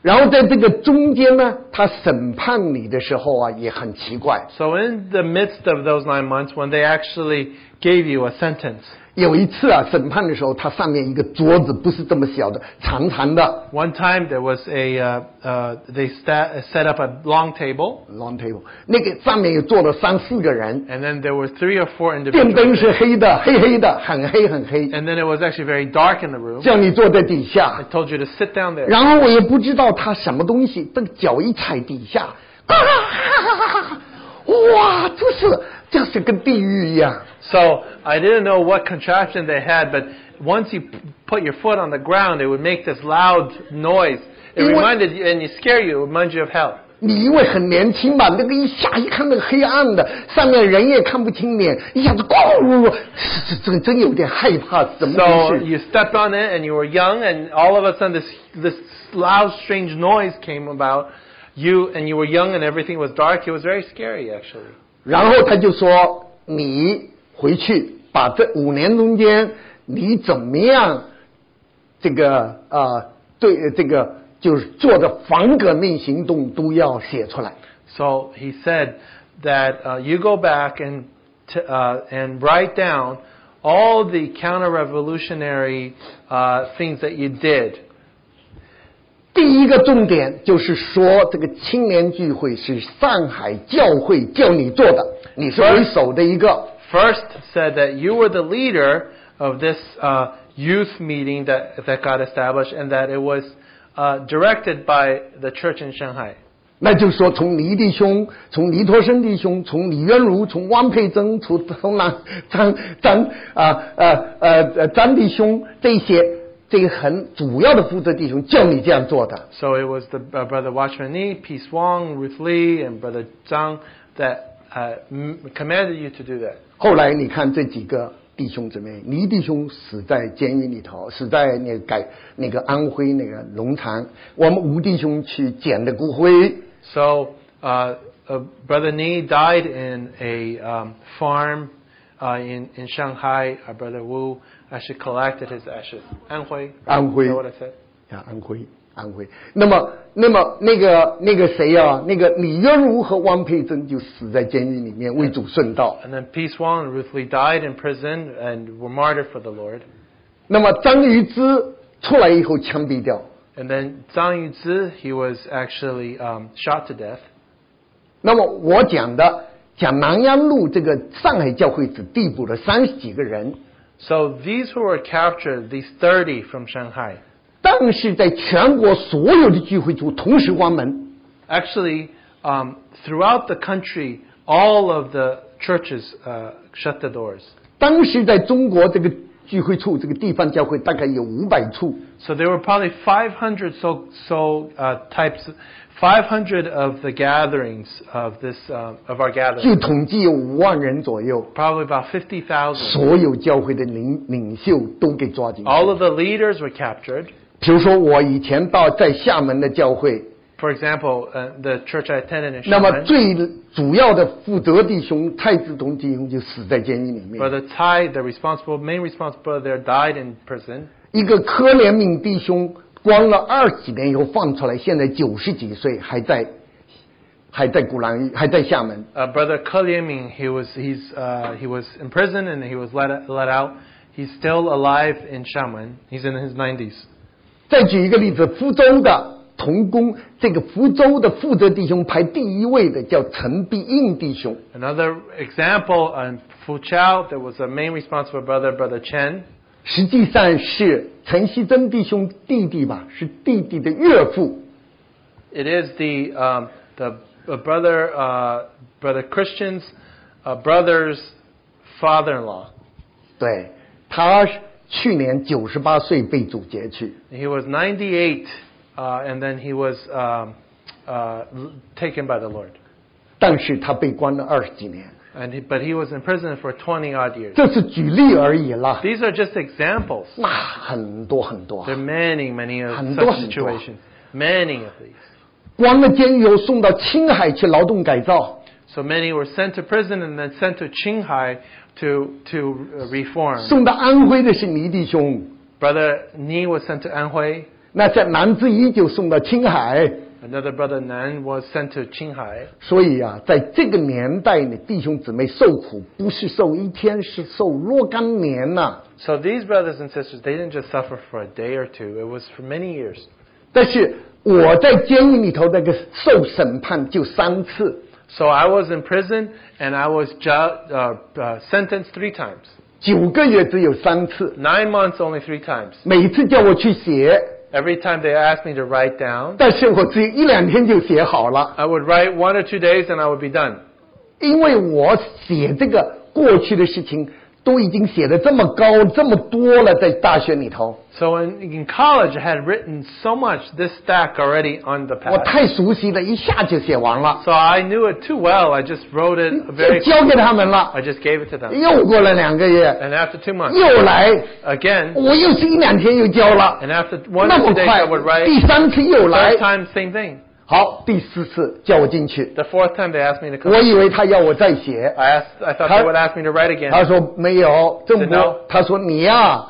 然后在这个中间呢，他审判你的时候啊，也很奇怪。 So in the midst of those nine months, when they actually gave you a sentence, 有一次啊，审判的时候，他上面一个桌子不是这么小的，长长的 one time there was a uh, uh, they sta set up a long table, long table，那个上面也坐了三四个人， and then there were three or four 电灯 individuals, 是黑的，黑黑的，很黑很黑， and then it was actually very dark in the room. 叫你坐在底下 I。told you to sit down there. 然后我也不知道他什么东西，这个脚一踩底下，啊哈哈哈哈！哇，这是这是跟地狱一样。 So I didn't know what contraption they had, but once you p- put your foot on the ground, it would make this loud noise. It It was- reminded you, and you scare you, it reminds you of hell. 你因为很年轻嘛，那个一下一看那个黑暗的，上面人也看不清脸，一下子咣，这这这真有点害怕，怎么 So 回事？ you stepped on it, and you were young, and all of a sudden this this loud, strange noise came about. You and you were young, and everything was dark. It was very scary, actually. 然后他就说：“你回去把这五年中间你怎么样，这个啊、呃对呃这个就是做的反革命行动都要写出来。 So he said that uh, you go back and t- uh, and write down all the counter revolutionary uh, things that you did. 第一个重点就是说，这个青年聚会是上海教会叫你做的，你是为首的一个。 First, said that you were the leader of this uh, youth meeting that, that got established and that it was uh, directed by the church in Shanghai. 那就是说，从倪弟兄、从倪托生弟兄、从李渊如、从汪佩珍、从从南张张啊呃呃呃张弟兄这些这个很主要的负责弟兄叫你这样做的。 So it was the uh, brother Watchman Nee, Peace Wong, Ruth Lee, and brother Zhang that uh, m- commanded you to do that. 后来你看这几个弟兄姊妹，倪弟兄死在监狱里头，死在那个改那个安徽那个龙潭，我们吴弟兄去捡的骨灰。 So uh, uh, brother Nee died in a um, farm uh, in in Shanghai. Our brother Wu actually collected his ashes. Anhui. right? Anhui. Is that what I said? 啊，安徽，安徽。那么，那么那个那个谁啊，那个李渊如和汪佩珍就死在监狱里面为主顺道。 And then Peace Wong and Ruth Lee died in prison and were martyred for the Lord. 那么张于之出来以后枪毙掉。 And then Zhang Yuzi, he was actually um, shot to death. 那么我讲的讲南阳路这个上海教会只逮捕了三十几个人， So these who were captured, these 30 from Shanghai, 但是在全国所有的聚会处同时关门。 actually um, throughout the country, all of the churches uh, shut the doors. 当时在中国这个聚会处，这个地方教会大概有五百处， So there were probably 500 so, so uh, types, 500 of the gatherings of this um, of our 据 gathering, 统计有五万人左右。 probably about 50,000. 所有教会的领领袖都给抓进去。 All of the leaders were captured. 比如说我以前到在厦门的教会， For example, uh, the church I attended in 那么 Shanghai, 最主要的负责弟兄蔡志同弟兄就死在监狱里面。 Brother Tai, the responsible main responsible there, died in prison. 一个柯连敏弟兄关了二十几年以后放出来，现在九十几岁还在，还在古兰还在厦门。 Uh, Brother Kalyaming, he was he's uh, he was in prison and he was let let out. He's still alive in Shaman. He's in his 90s. 再举一个例子，福州的童工，这个福州的负责弟兄排第一位的叫陈必应弟兄。 Another example um, in Fuchao, there was a main responsible brother, Brother Chen. 实际上是陈锡珍弟兄弟弟吧，是弟弟的岳父。 It is the um, the uh, brother uh, brother Christian's uh, brother's father-in-law. 对，他去年九十八岁被主截去， He was 98, uh, and then he was um, uh, l- taken by the Lord. 但是他被关了二十几年。 And he, but he was in prison for 20 odd years. 这是举例而已啦， These are just examples. 那很多很多啊。 There are many, many of 很多，很多。 such situations. Many of these. 关了监狱后送到青海去劳动改造， So many were sent to prison and then sent to Qinghai to to uh, reform. 送到安徽的是倪弟兄， Brother Ni was sent to Anhui. 那在南之一就送到青海。 Another brother Nan was sent to Qinghai. 所以啊，在这个年代呢，弟兄姊妹受苦不是受一天，是受若干年呐、 So these brothers and sisters, they didn't just suffer for a day or two. It was for many years. 但是我在监狱里头那个受审判就三次， So I was in prison and I was ju- uh, uh, sentenced three times. 九个月只有三次， Nine months only three times. 每次叫我去写， Every time they asked me to write down, 但是我只有一两天就写好了， I would write one or two days and I would be done. 因为我写这个过去的事情都已经写的这么高这么多了，在大学里头， So in, in college, I had written so much this stack already on the 我 pad. 太熟悉了，一下就写完了， So I knew it too well. I just wrote it 就 very. 交给他们了。 I just gave it to them. 又过了两个月， And after two months, 又来， again, 我又是一两天又交了， and after one 那 or 么 two days, I 快 would，write. 第三次又来 Third，time, same thing. 好，第四次叫我进去。 The fourth time, they asked me to come. 我以为他要我再写， I asked. I thought Huh? they would ask me to write again. 他说没有，郑真的哦博，他说你呀、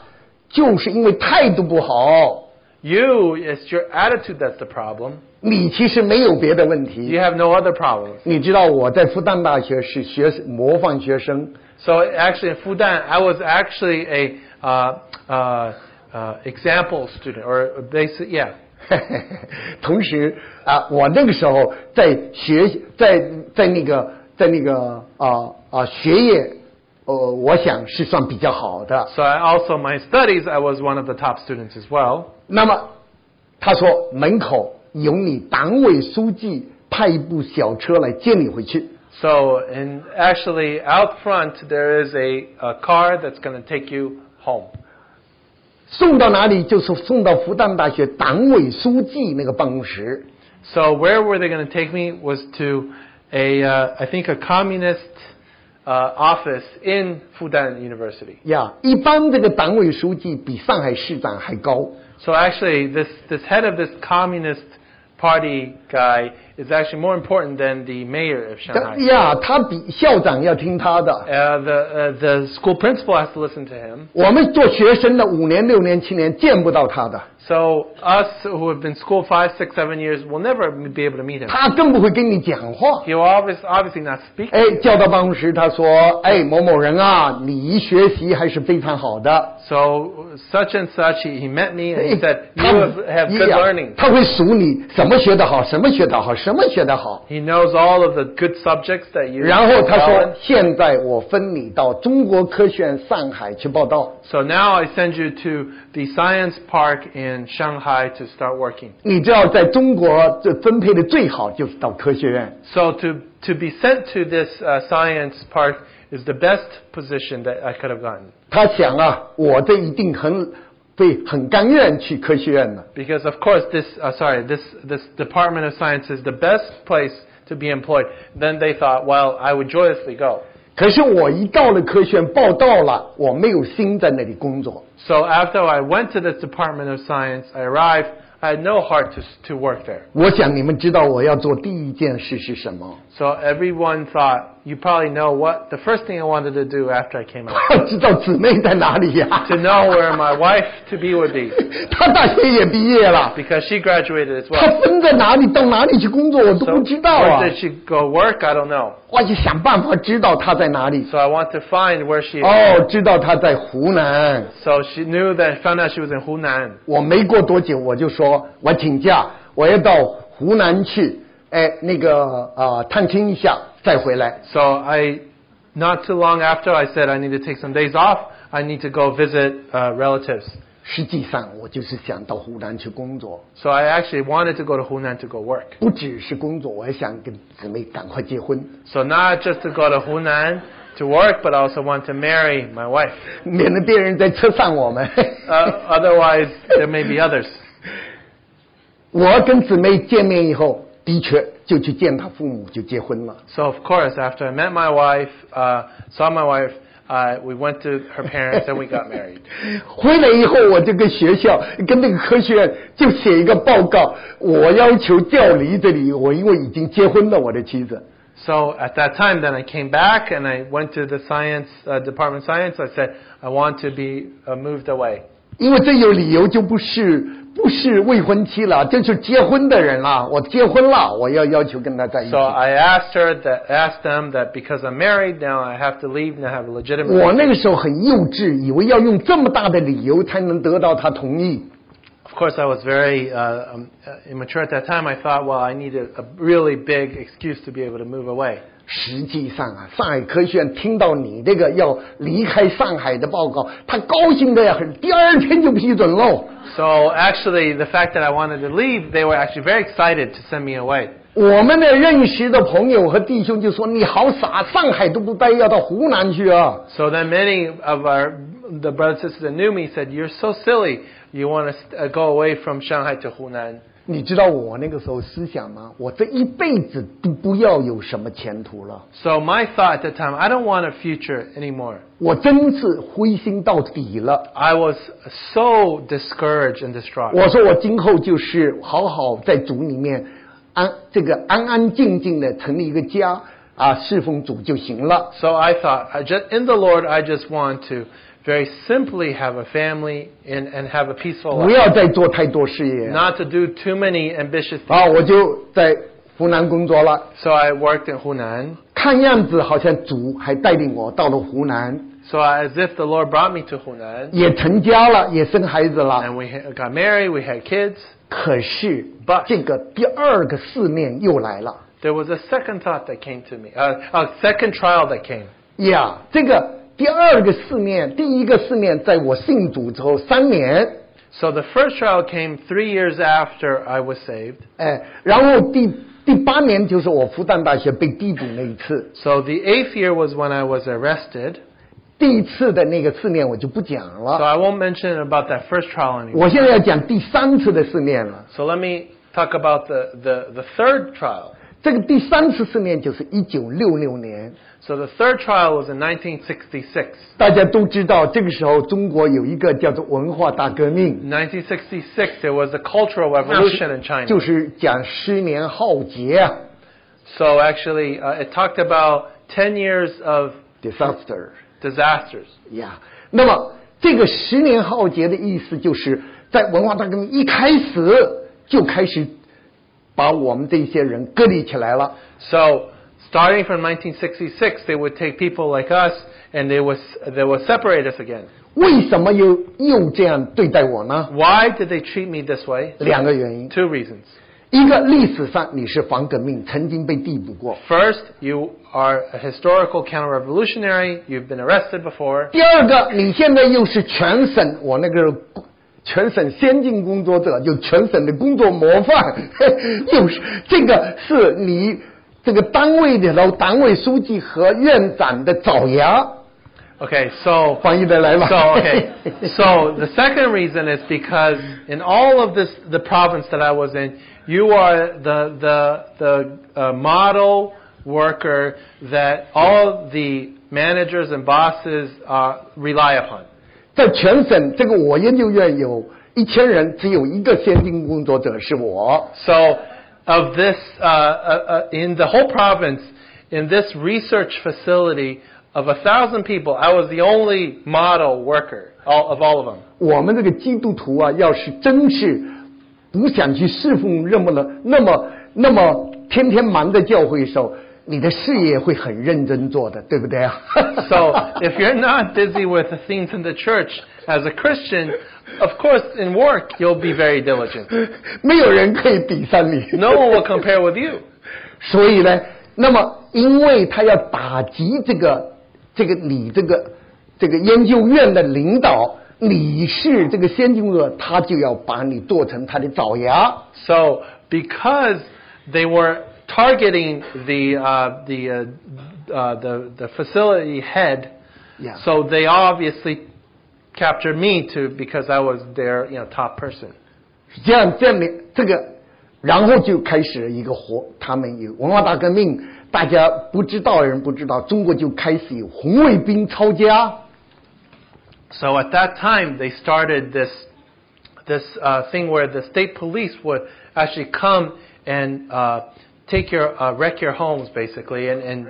就是因为态度不好， You, it's your attitude that's the problem. 你其实没有别的问 You 题。 have no other problems. 你知道我在复旦大学是学模范学生， So actually in Fudan, I was actually a uh, uh, uh, example student, or a basic, yeah. 同时啊，我那个时候在学在在那个在那个啊啊学业，呃，我想是算比较好的。 So I also my studies, I was one of the top students as well. 那么他说门口有你党委书记派一部小车来接你回去。 So and actually out front there is a, a car that's going to take you home. 送到哪里就是送到复旦大学党委书记那个办公室。 So where were they going to take me was to a uh, I think a communist uh, office in Fudan University. 呀，一般这个党委书记比上海市长还高。 So actually this this head of this communist party guy is actually more important than the mayor of 他 Shanghai. 呀，他比校长要听他的。 Uh, the uh, the school principal has to listen to him. 我们做学生的五年、六年、七年见不到他的， So us who have been school five, six, seven years will never be able to meet him. 他更不会跟你讲话。 He will obviously, obviously not speak. 哎，叫到办公室，他说：“哎，某某人啊，你学习还是非常好的。 So such and such, he, he met me and 哎 he said, "You 他 have, have 你 good 呀 learning." 他会数你什么学得好，什么学得好，什么学得好。 He knows all of the good subjects that you. 然后他 well 说 in.：“ 现在我分你到中国科学院上海去报道， So now I send you to the science park in Shanghai to start working. 你知道在中国这分配的最好就是到科学院。 So to to be sent to this uh, science park is the best position that I could have gotten 他想啊，我这一定很对，很甘愿去科学院的。 because of course this uh, sorry this this Department of Science is the best place to be employed. Then they thought, well, I would joyously go. 可是我一到了科学院报道了，我没有心在那里工作。 So after I went to this Department of Science, I arrived. I had no heart to to work there. 我想你们知道我要做第一件事是什么？ So everyone thought, you probably know what the first thing I wanted to do after I came out 他知道姊妹在哪里呀、 to know where my wife to be would be 他大学也毕业了， because she graduated as 他 well. 分在哪里，到哪里去工作，我都 So 不知道啊 where。did she go work? I don't know. 我就想办法知道他在哪里。 So I want to find where she is. 哦，知道他在湖南。 So she knew that found out she was in Hunan. 我没过多久，我就说我请假，我要到湖南去，哎，那个啊、呃探亲一下，再回来。 So I, not too long after, I said I need to take some days off. I need to go visit uh, relatives. 实际上，我就是想到湖南去工作， So I actually wanted to go to Hunan to go work. 不只是工作，我还想跟姊妹赶快结婚， So not just to go to Hunan to work, but I also want to marry my wife. 免得别人在车上我们。 Uh, otherwise, there may be others. 我跟姊妹见面以后，的确就去见她父母，就结婚了。 So of course, after I met my wife, uh, saw my wife, uh, we went to her parents and we got married. 回来以后，我就跟学校、跟那个科学院就写一个报告，我要求调离这里。我因为已经结婚了，我的妻子。 So at that time, then I came back and I went to the science uh, department of science. I said I want to be uh, moved away 因为这有理由，就不是不是未婚妻了，这是结婚的人了。我结婚了，我要要求跟他在一起 So。I asked her that, asked them that because I'm married now, I have to leave and I have a legitimate. 我那个时候很幼稚，以为要用这么大的理由才能得到他同意。 Of course, I was very uh, um, uh, immature at that time. I thought, well, I need a, a really big excuse to be able to move away. 实际上啊，上海科学院听到你这个要离开上海的报告，他高兴的呀，很第二天就批准喽。 So actually, the fact that I wanted to leave, they were actually very excited to send me away. 我们的认识的朋友和弟兄就说：“你好傻，上海都不待，要到湖南去啊 So then many of our the brothers and sisters that knew me said, "You're so silly. You want to st- uh, go away from Shanghai to Hunan." !”你知道我那个时候思想吗？我这一辈子都不要有什么前途了， So my thought at the time, I don't want a future anymore. 我真是灰心到底了。 I was so discouraged and distraught. 我说我今后就是好好在主里面安这个安安静静的成立一个家啊，侍奉主就行了。 So I thought, I just, in the Lord, I just want to very simply have a family and, and have a peaceful 不 life. 要再做太多事业啊 Not to do too many ambitious things. 啊！我就在湖南工作了， So I worked in Hunan. 看看样子好像主还带领我到了湖南， So as if the Lord brought me to Hunan, 也成家了，也生孩子了。 and we ha- got married, we had kids. 可是 But- 这个第二个试炼又来了 There was a second thought that came to me, uh, a second trial that came. 呀这个第二个试炼，第一个试炼在我信主之后三年， So the first trial came three years after I was saved. 哎，然后第第八年就是我复旦大学被逮捕那一次， So the eighth year was when I was arrested. 第一次的那个试炼我就不讲 So 了， I won't mention about that first trial anymore. 我现在要讲第三次的试炼了。 So let me talk about the, the, the third trial. 这个第三次试炼就是一九六六年， So the third trial was in 1966. 大家都知道，这个时候中国有一个叫做文化大革命， In 1966, there was a cultural revolution in China. 就是讲十年浩劫啊 So actually, uh, it talked about 10 years of ，disaster。 disasters. 呀那么这个十年浩劫的意思，就是在文化大革命一开始就开始把我们这些人隔离起来了。 So starting from 1966, they would take people like us and they would, they would separate us again. 为什么又又这样对待我呢？ Why did they treat me this way? 两个原因， Two reasons. 一个历史上你是反革命，曾经被逮捕过； First, you are a historical counter-revolutionary. You've been arrested before. 第二个，你现在又是全省我那个全省先进工作者，就全省的工作模范， 又是这个是你这个单位里头党委书记和院长的爪牙， Okay, so 翻译的来吧。 So okay, so the second reason is because in all of this, the province that I was in, you are the the the uh, model worker that all the managers and bosses uh, rely upon. 在全省这个我研究院有一千人，只有一个先进工作者是我。 So of this uh, uh, uh, in the whole province, in this research facility of a thousand people, I was the only model worker all, of all of them. 我们这个基督徒啊，要是真是不想去侍奉任么了，那么那么天天忙在教会的时候，你的事业会很认真做的，对不对啊 So if you're not busy with the things in the church as a Christian, of course in work you'll be very diligent. 没有人可以比上 你。 No one will compare with you. 所以呢，那么因为他要打击这个这个你这个这个研究院的领导，你是这个先进者，他就要把你做成他的爪牙。 So because they were targeting the uh, the uh, uh, the the facility head, Yeah. so they obviously captured me too because I was their you know top person. 这样这样的这个，然后就开始了一个活，他们有文化大革命，大家不知道的人不知道，中国就开始有红卫兵抄家， So at that time, they started this this uh, thing where the state police would actually come and uh, take your uh, wreck your homes basically, and, and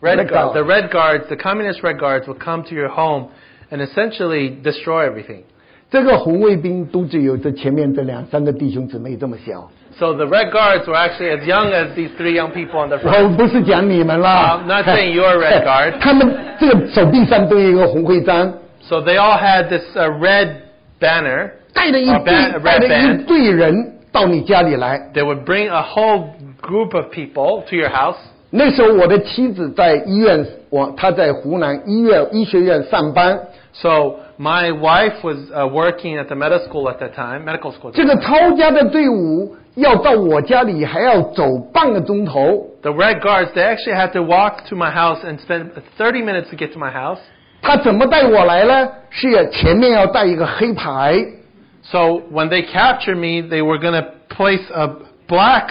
red, Red guard, Guard. the red guards, the communist red guards would come to your home and essentially destroy everything. 这个红卫兵都只有这前面这两三个弟兄姊妹这么小， So the red guards were actually as young as these three young people on the 我 front. 哦不是讲你们啦 I'm not saying you're a red guard. 他们这个手臂上都有一个红徽章， So they all had this uh, red banner. 带着一 A 队 band- a 带 red 着一 band 队人到你家里来。 They would bring a whole group of people to your house. 那时候我的妻子在医院，我她在湖南医院医学院上班， So my wife was uh, working at the medical school at that time, medical school. 这个抄家的队伍要到我家里还要走半个钟头， The red guards, they actually had to walk to my house and spend 30 minutes to get to my house. 他怎么带我来呢？是要前面要带一个黑牌， So when they captured me, they were going to place a black,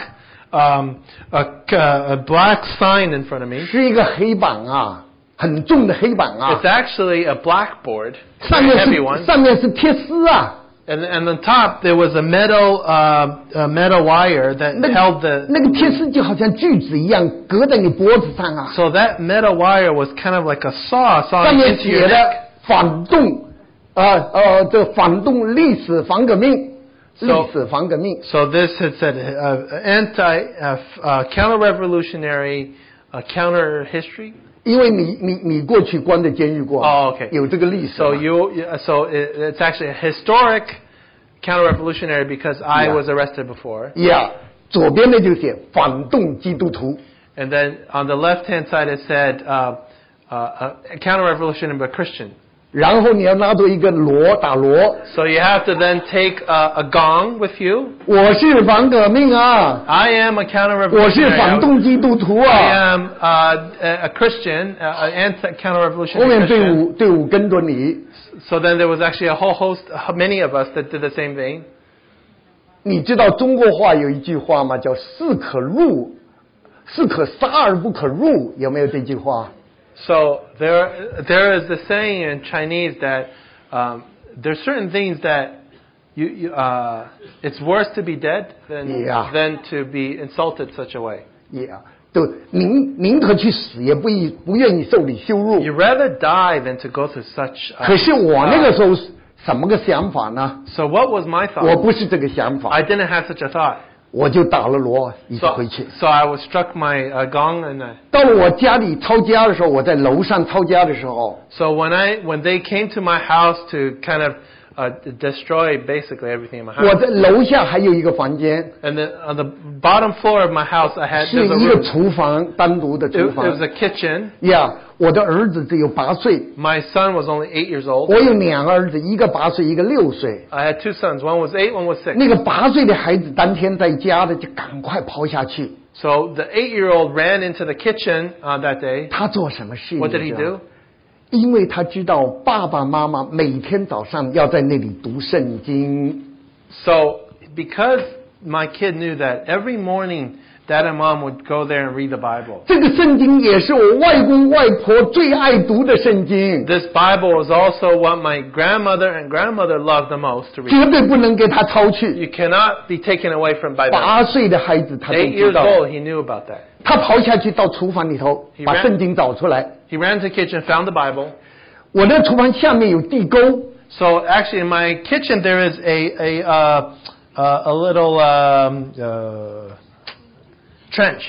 um, a, c- uh, a black sign in front of me. 是一个黑板啊，很重的黑板啊 It's，actually a blackboard, 上 a 面 heavy one, 是上面是贴丝啊， and and on top there was a metal, uh, a metal wire that 那 held 个 the. 那个贴丝就好像锯子一样隔在你脖子上啊， So that metal wire was kind of like a saw sawing 上面 into your 写 neck. 的反动，啊呃，这反动历史反革命，历 So- 史反革命。 So this had said uh, anti uh, f- uh, counter revolutionary a counter history? 因为你你你过去关的监狱过啊哦，OK 有这个历史嘛。 So you, so it, it's actually a historic counter-revolutionary because I Yeah. was arrested before, yeah，左边的就写反动基督徒， and then on the left-hand side it said uh, uh, a counter-revolutionary but Christian. 然后你要拿着一个锣打锣， So you have to then take a, a gong with you. 我是反革命啊， I am a 我是 counter-revolutionary. 反 I, 动基督徒哎啊， am uh, a- a Christian, uh, an anti-counter-revolutionary 后面队 Christian. 伍队伍跟着你， So then there was actually a whole host, many of us that did the same thing. 你知道中国话有一句话吗？叫“士可入，士可杀而不可入”，有没有这句话？ So there, there is the saying in Chinese that um, there's certain things that you, you uh, it's worse to be dead than Yeah. than to be insulted such a way. 也、yeah, 对，宁宁可去死，也不意不愿意受你羞辱。 You'd rather die than to go through such. A, 可是我那 uh, 个时候是什么个想法呢？ so what was my 我 thought? 不是这个想法 I，didn't have such a thought. 我就打了锣，一直 So, 回去。 so I was struck my uh, gong and. I, 到了我家里抄家的时候，我在楼上抄家的时候， so when I when they came to my house to kind of uh, d- destroy basically everything in my house. 我在楼下还有一个房间， And then on the bottom floor of my house, I had 是 there's a 一个 room. 厨房，单独的 It, 厨 it 房 was。a kitchen. 呀，我的儿子只有八岁， My son was only eight years old. 我有两个儿子，一个八岁，一个六岁。 I had two sons. One was eight, one was six. 那个八岁的孩子当天在家的就赶快跑下去， So the eight-year-old ran into the kitchen on that day. 他做什么事？ What did 你 he 知道吗 do? 因为他知道爸爸妈妈每天早上要在那里读圣经， So because my kid knew that every morning, dad and mom would go there and read the Bible. 这个圣经也是我外公外婆最爱读的圣经， This Bible was also what my grandmother and grandmother loved the most to read. 绝对不能给他抄去。 You cannot be taken away from by them. 八岁的孩子他都 Eight 知 years 道， old, he knew about that. 他跑下去到厨房里头 He 把 ran- 圣经找出来。 He ran to the kitchen, found the Bible. 我那厨房下面有地沟， So actually, in my kitchen there is a a uh, uh, a little um, uh, trench.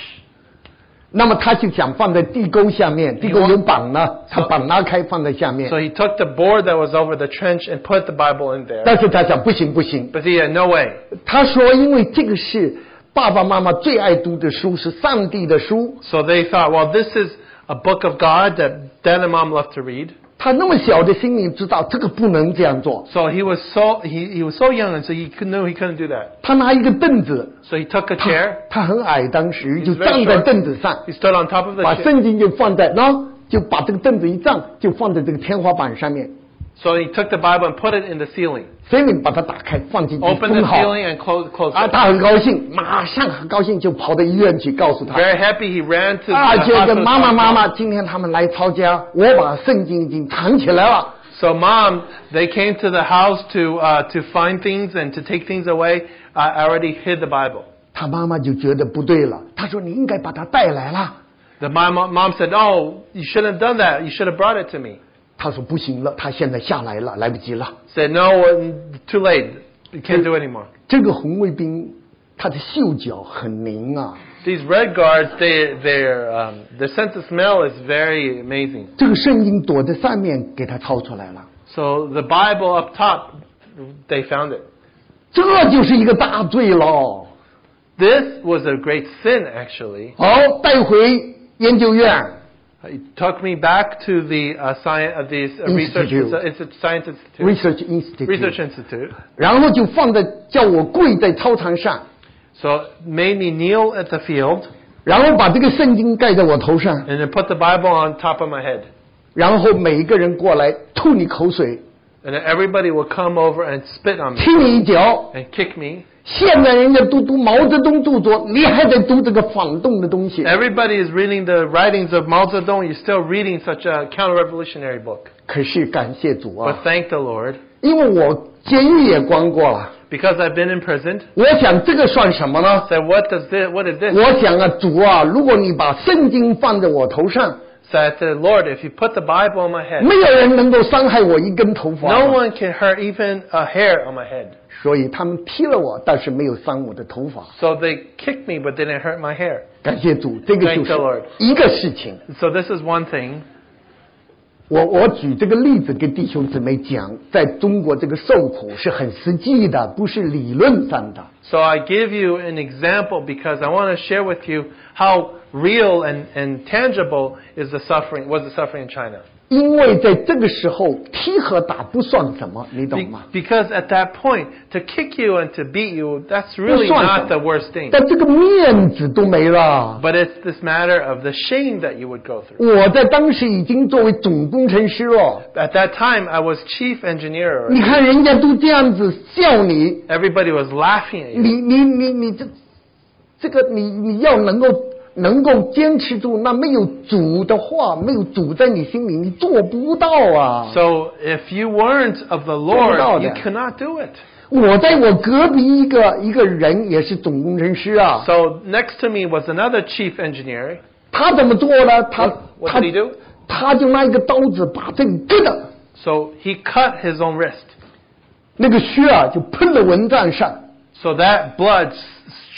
那么他就想放在地沟下面，地沟有板呢，他板拉开放在下面 So，he took the board that was over the trench and put the Bible in there. 但是他想不行不行， But he had no way. 他说因为这个是爸爸妈妈最爱读的书，是上帝的书。 So they thought, well, this is a book of God that Dad and Mom loved to read. 他那么小的心里知道这个不能这样做， So he was so he, he was so young, and so he could, knew he couldn't do that. 他拿一个凳子， So he took a 他 chair. 他很矮，当时 He's 就站 very 在 short. 凳子上， He stood on top of the 把 chair. 圣经就放在那，就把这个凳子一站，就放在这个天花板上面， So he took the Bible and put it in the ceiling. 所以你把它打开放进去 Opened 封 the 好。 ceiling and closed closed 啊， it. 他很高兴，马上很高兴就跑到医院去告诉他， Very happy, he ran to 啊， the 这个 hospital. 妈妈妈妈，今天他们来抄家，我把圣经已经藏起来了。 So mom, they came to the house to uh, to find things and to take things away. I already hid the Bible. 他妈妈就觉得不对了，她说你应该把它带来了。 The mom mom said, "Oh, you shouldn't have done that. You should have brought it to me." 她说不行了，她现在下来了，来不及了。 Said, "No, too late. You can't do it anymore." 这个红卫兵，他的嗅觉很灵啊。 These red guards, they their um, their sense of smell is very amazing. 这个圣经躲在上面给他抄出来了， So the Bible up top, they found it. 这就是一个大罪喽。 This was a great sin, actually. 好，带回研究院， It took me back to the uh, science, uh, these uh, research, Institute. it's a science institute. Research Institute， Research Institute. 然后就放在叫我跪在操场上， So made me kneel at the field 然后把这个圣经盖在我头上， and then put the Bible on top of my head. 然后每一个人过来吐你口水， And then everybody would come over and spit on me 踢你一脚。 and kick me. 现在人家都读毛泽东著作，你还在读这个反动的东西。 Everybody is reading the writings of Mao Zedong. You're still reading such a counter-revolutionary book. 可是感谢主 But 啊， thank the Lord 因为我监狱也关过了。 because I've been imprisoned. 我想这个算什么呢？ So what does this, what is this? 我想啊，主啊，如果你把圣经放在我头上， So I said, Lord, if you put the Bible on my head, 没有人能够伤害我一根头发。 no one can hurt even a hair on my head. 所以他们踢了我，但是没有伤我的头发。 So they kicked me, but they didn't hurt my hair. 感谢主，这个就 Thank the Lord. 是一个事情。 So this is one thing. 我我举这个例子给弟兄姊妹讲，在中国这个受苦是很实际的，不是理论上的。 So I give you an example because I want to share with you how real and, and tangible is the suffering was the suffering in China. 因为在这个时候踢和打不算什么，你 Be- 懂吗？ because at that point, to kick you and to beat you, that's 不 really 算什么。 not the worst thing. 但这个面子都没了。 But it's this matter of the shame that you would go through. 我在当时已经作为总工程师了， At that time, I was chief engineer. already. 你看人家都这样子笑你， Everybody was laughing at you. 你你你你这这个你你要能够能够坚持住，那没有主的话，没有主在你心里，你做不到啊。 So if you weren't of the Don't Lord, know you that. cannot do it. 我在我隔壁一个一个人也是总工程师啊， So next to me was another chief engineer. 他怎么做呢？他 What 他 did he do? 他就拿一个刀子把这里割的 So he cut his own wrist. 那个血啊，就喷到蚊帐上。 So that blood s-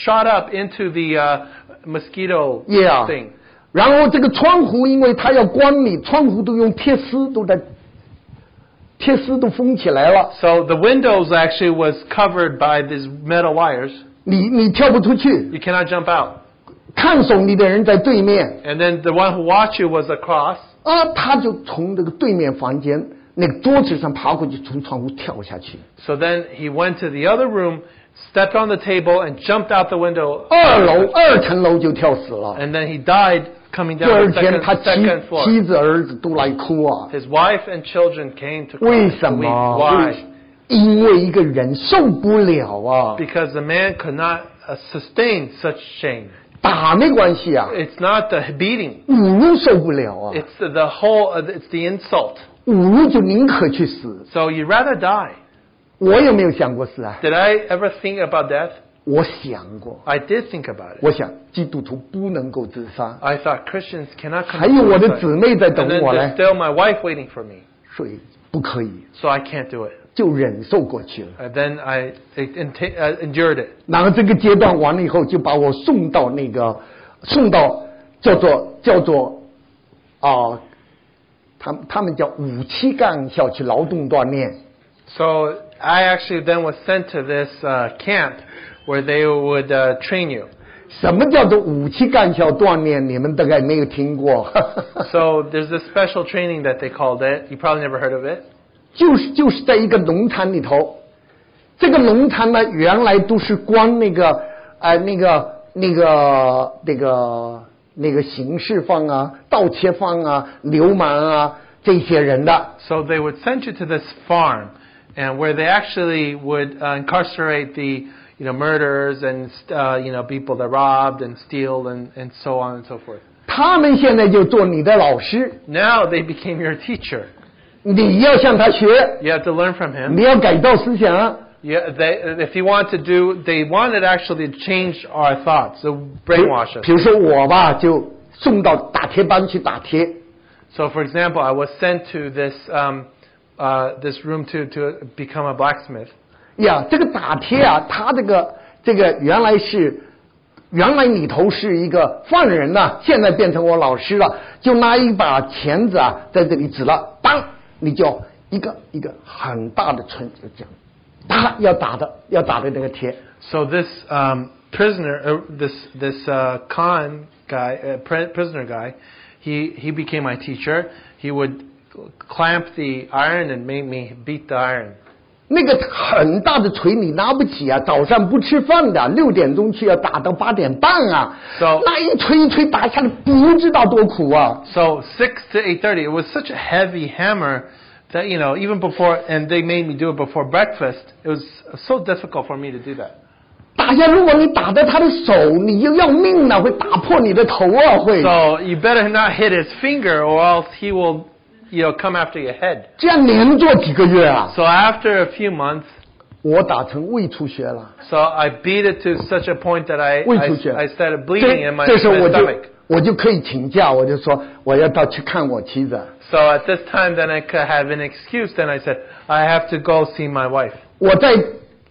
shot up into the uh, mosquito Yeah. thing. 然后这个窗户，因为它要关你，窗户都用铁丝都在，铁丝都封起来了， So the windows actually was covered by these metal wires. 你你跳不出去， You cannot jump out. 看守你的人在对面 And then the one who watched you was across. 啊，他就从这个对面房间那个桌子上爬过去，从窗户跳下去， So then he went to the other room, stepped on the table, and jumped out the window. 二楼二层楼就跳死了。 And then he died coming 哎第 down 二 the 天 second, 他妻 second floor. 妻子儿子都来哭啊， His wife and children came to 为 cry, 什 to weep. 么？ Why? 因为一个人受不了啊， Because the man could not uh, sustain such shame. 打没关系啊， It's not the beating. 侮辱受不了啊。 It's the, the whole. uh, It's the insult. 五就宁可去死。 So you'd rather die. 我有没有想过死啊？ Did I ever think about death? 我想过， I did think about it. 我想基督徒不能够自杀。 I thought Christians cannot 还有 commit 我的姊 suicide. 妹在 And 等 then 我 there's 嘞， still my wife waiting for me, 所以不可以， so I can't do it. 就忍受过去了。 And then I it, enta- uh, endured it. 然后这个阶段完了以后，就把我送到那个，送到叫做叫做啊、他们他们叫五七杠校区劳动锻炼。 So I actually then was sent to this uh, camp where they would uh, train you. 什么叫做五七杠校锻炼？你们大概没有听过。 So there's this special training that they called it. You probably never heard of it. 就是就是在一个农场里头，这个农场呢，原来都是光那个呃那个那个那个那个刑事犯啊、盗窃犯啊、流氓啊这些人的。 So they would send you to this farm, and where they actually would uh, incarcerate the you know murderers and uh, you know people that robbed and steal and, and so on and so forth. 他们现在就做你的老师， Now they became your teacher. 你要向他学， You have to learn from 你 him. 要改造思想， Yeah, they, if you want to do, they wanted actually to change our thoughts, so brainwash 比 us. 如说我吧，就送到打铁班去打铁， So, for example, I was sent to this um, uh, this room to to become a blacksmith. 呀，这个打铁啊，它这个这个原来是原来里头是一个犯人呐、现在变成我老师了，就拿一把钳子啊，在这里指了，当你就一个一个很大的锤就这样，打要打的要打的那个铁， So this um, prisoner, uh, this this uh, con guy, uh, pr- prisoner guy, he he became my teacher. He would clamp the iron and make me beat the iron. 那个很大的锤你拿不起啊，早上不吃饭的，六点钟去要打到八点半啊 So- 那一锤一锤打下来，不知道多苦啊。 So six to eight thirty. It was such a heavy hammer that you know even before, and they made me do it before breakfast. It was so difficult for me to do that. 打下，如果你打在他的手，你就要命了，会打破你的头啊！会， So you better not hit his finger, or else he will, you know, come after your head. 这样连做几个月啊！ So after a few months, 我打成胃出血了， So I beat it to such a point that I 胃出血。 I, I started 这 bleeding in my, 这时候 my 我就 stomach. 我就可以请假，我就说我要到去看我妻子。 So at this time, then I could have an excuse. Then I said I have to go see my wife. 我在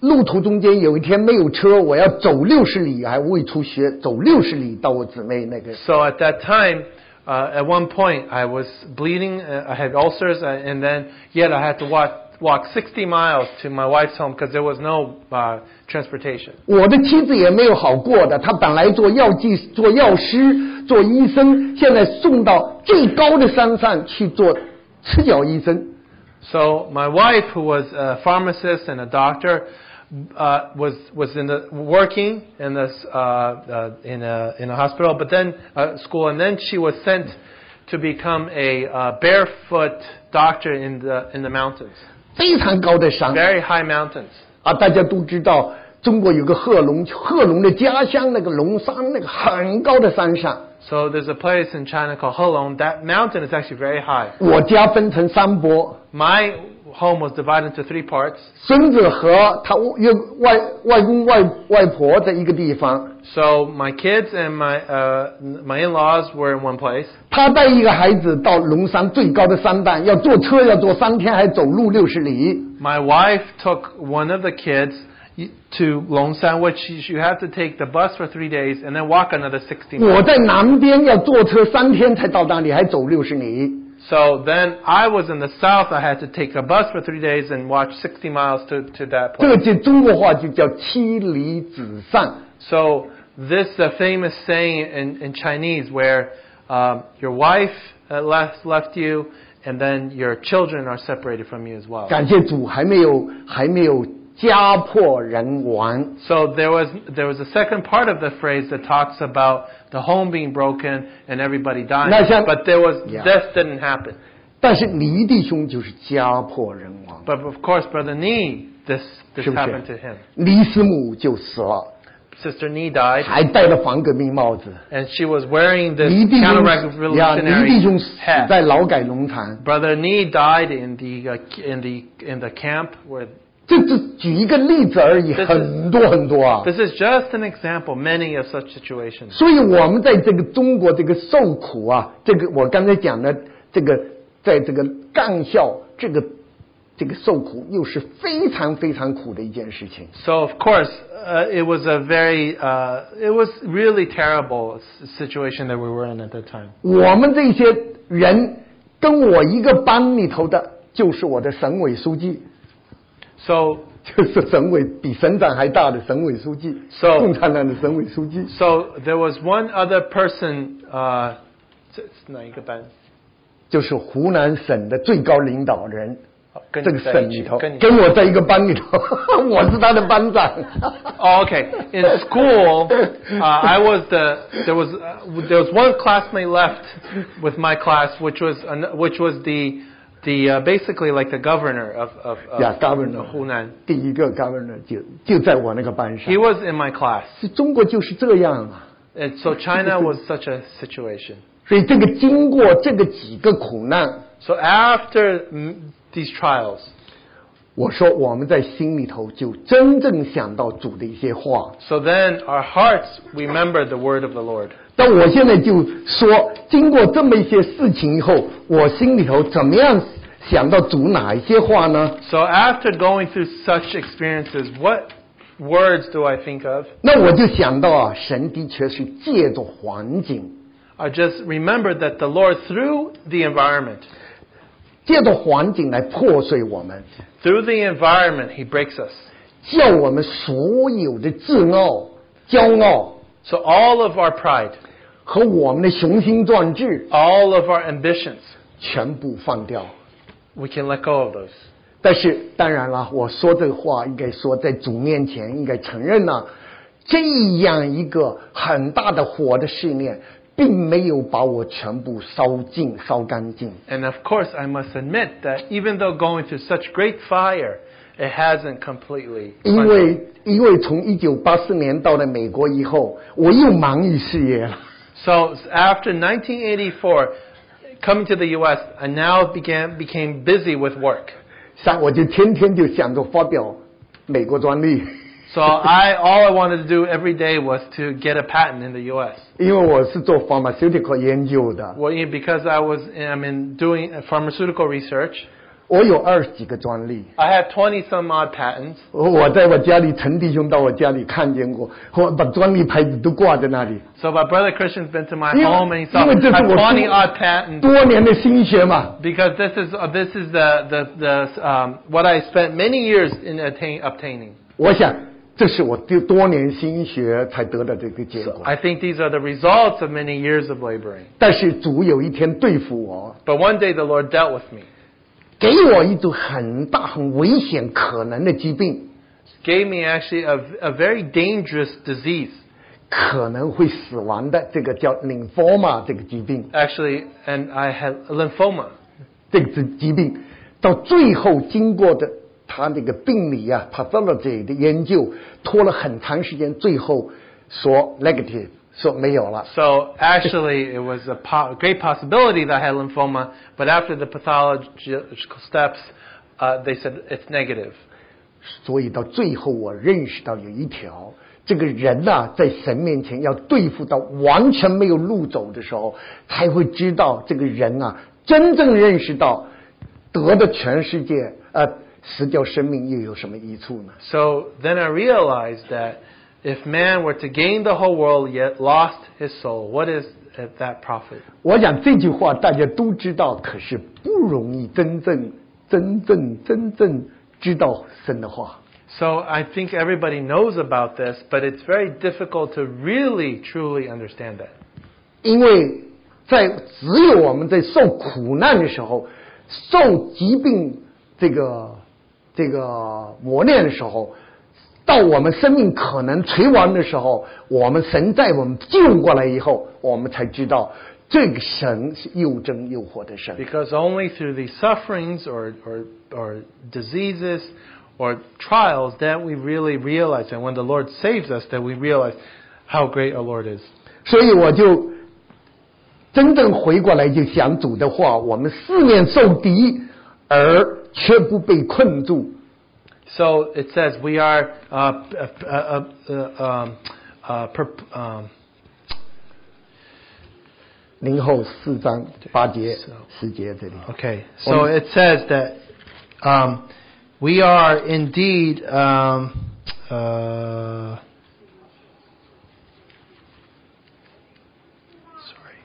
路途中间有一天没有车，我要走六十里，还未出学，走六十里到我姊妹那个 So at that time, uh, at one point, I was bleeding. Uh, I had ulcers, uh, and then yet I had to walk walk 60 miles to my wife's home because there was no uh, transportation. 我的妻子也没有好过的，她本来做药剂、做药师、做医生，现在送到最高的山上去做赤脚医生。 So my wife, who was a pharmacist and a doctor, uh, was was in the working in this uh, uh, in a in a hospital, but then uh, school, and then she was sent to become a uh, barefoot doctor in the in the mountains, 非常高的山 very high mountains. 啊，大家都知道，中国有个贺龙，贺龙的家乡那个龙山，那个很高的山上。 So there's a place in China called Holon. That mountain is actually very high. 我家分成三波， My home was divided into three parts. 孙子和他岳外外公外外婆在一个地方， So my kids and my uh, my in-laws were in one place. 他带一个孩子到龙山最高的山段，要坐车要坐三天，还走路六十里。 My wife took one of the kids to Longsan, which you you have to take the bus for three days and then walk another 60我 miles. 在南边要坐车三天才到那里，还走六十里。 So then I was in the south. I had to take a bus for three days and walk 60 miles to, to that 这 place. 个就中国话就叫妻离子散。 So this is a famous saying in, in Chinese where um, your wife uh, left, left you and then your children are separated from you as well. 感谢主还没有还没有家破人亡。 So there was there was a second part of the phrase that talks about the home being broken and everybody dying. No, Sean- but there was Yeah. death didn't happen. 但是离弟兄就是家破人亡， But of course, brother Nee, this this 是不是？ happened to him. 离师母就死了， Sister Nee died, 还戴了防革命帽子。 and she was wearing this 离弟兄呀，离弟兄 counter-revolutionary 死 hat. 在劳改农场。 Brother Nee died in the uh, in the in the camp where. 这只举一个例子而已，这是很多很多啊。 This is just an example. Many of such situations. 所以我们在这个中国这个受苦啊，这个我刚才讲的这个，在这个干校这个这个受苦，又是非常非常苦的一件事情。 So of course, uh, it was a very uh, it was really terrible s- situation that we were in at that time. 我们这些人跟我一个班里头的，就是我的省委书记， So 就是省委比省长还大的省委书记， So- 共产党的省委书记。 so there was one other person. Uh, it's- it's not you, Ben. 就是湖南省的最高领导人，跟这个你在省一里起头，跟你跟我在一个班里 头，我是他的班长。 Oh, okay. In school, uh, I was the there was uh, there was one classmate left with my class, which was an, which was the the uh, basically like the governor of of, of Yeah, governor. of Hunan. 第一个 governor 就就在我那个班 He 上， was in my class, 是中国就是这样啊。 and so China was such a situation. 所以这个经过这个几个苦难， So after mm, these trials, 我说我们在心里头就真正想到主的一些话。 so then our hearts remember the word of the Lord. 但我现在就说，经过这么一些事情以后，我心里头怎么样想到主哪一些话呢？ So after going through such experiences, what words do I think of? 那我就想到啊，神的确是借着环境， I just remembered that the Lord, through the environment, 借着环境来破碎我们， through the environment, He breaks us. 叫我们所有的自傲、骄傲 So all of our pride, 和我们的雄心壮志 all of our ambitions, 全部放掉。 we can let go of those. 但是当然了，我说这个话应该说在主面前应该承认呢、这样一个很大的火的试炼，并没有把我全部烧尽、烧干净。 And of course, I must admit that even though going through such great fire, it hasn't completely. 因 cleansed me. 为因为从一九八四年到了美国以后，我又忙于事业了， So after 1984, coming to the U.S., I now began became busy with work. 像我就天天就想着发表美国专利， So I all I wanted to do every day was to get a patent in the U.S. 因为我是做 pharmaceutical 研究的， Well, yeah, because I was I'm in doing pharmaceutical research. 我有二十几个专利， I have 20 some odd patents. 我在我家里陈弟兄到我家里看见过，我把专利牌子都挂在那里。 So my brother Christian's been to my Yeah, home and he saw you were just I have working- 20 odd patents 多年的心血嘛， because this is uh, this is the the, the um, what I spent many years in attain, obtaining. 我想这是我多多年心血才得的这个结果。 I think these are the results of many years of laboring. 但是主有一天对付我， But one day the Lord dealt with me, 给我一种很大、很危险、可能的疾病， gave me actually a, a very dangerous disease, 可能会死亡的这个叫 lymphoma 这个疾病， actually, and I had lymphoma. 这个疾疾病到最后经过的他那个病理啊 pathology 的研究，拖了很长时间，最后说 negative 说没有了。 So actually, it was a po- great possibility that I had lymphoma, but after the pathological steps, uh, they said it's negative. 所以到最后，我认识到有一条，这个人呐、在神面前要对付到完全没有路走的时候，才会知道这个人啊，真正认识到得的全世界，呃，失掉生命又有什么益处呢？ So then I realized that if man were to gain the whole world yet lost his soul, what is it that profit? 我想这句话大家都知道，可是不容易真正、真正、真正知道神的话。 So I think everybody knows about this, but it's very difficult to really truly understand that. 因为在只有我们在受苦难的时候，受疾病这个这个磨练的时候，到我们生命可能垂亡的时候，我们神在我们救过来以后，我们才知道这个神是又真又活的神。 Because only through these sufferings or, or, or diseases or trials that we really realize, and when the Lord saves us, that we realize how great our Lord is. 所以我就真正回过来就想主的话，我们四面受敌而却不被困住。 So it says we are uh, uh, uh, uh, um, uh, per, um, 零后四章八节是啊十节这里。 Okay, so it says that um, we are indeed. Um, uh, sorry.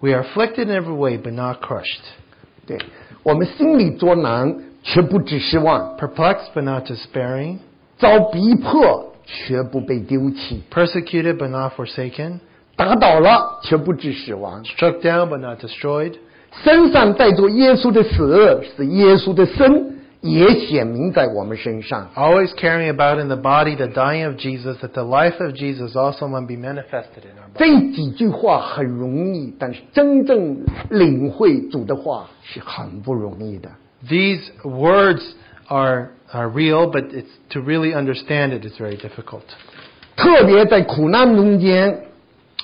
We are afflicted in every way, but not crushed, 对我们心里作难，却不致失望； perplexed, but not despairing, 遭逼迫，却不被丢弃； persecuted, but not forsaken, 打倒了，却不致死亡。 struck down, but not destroyed. 身上带着耶稣的死，使耶稣的生也显明在我们身上。 Always carrying about in the body the dying of Jesus, that the life of Jesus also might be manifested in our body. 这几句话很容易，但是真正领会主的话是很不容易的。 These words are, are real, but it's, to really understand it is very difficult. 特别在苦难中间，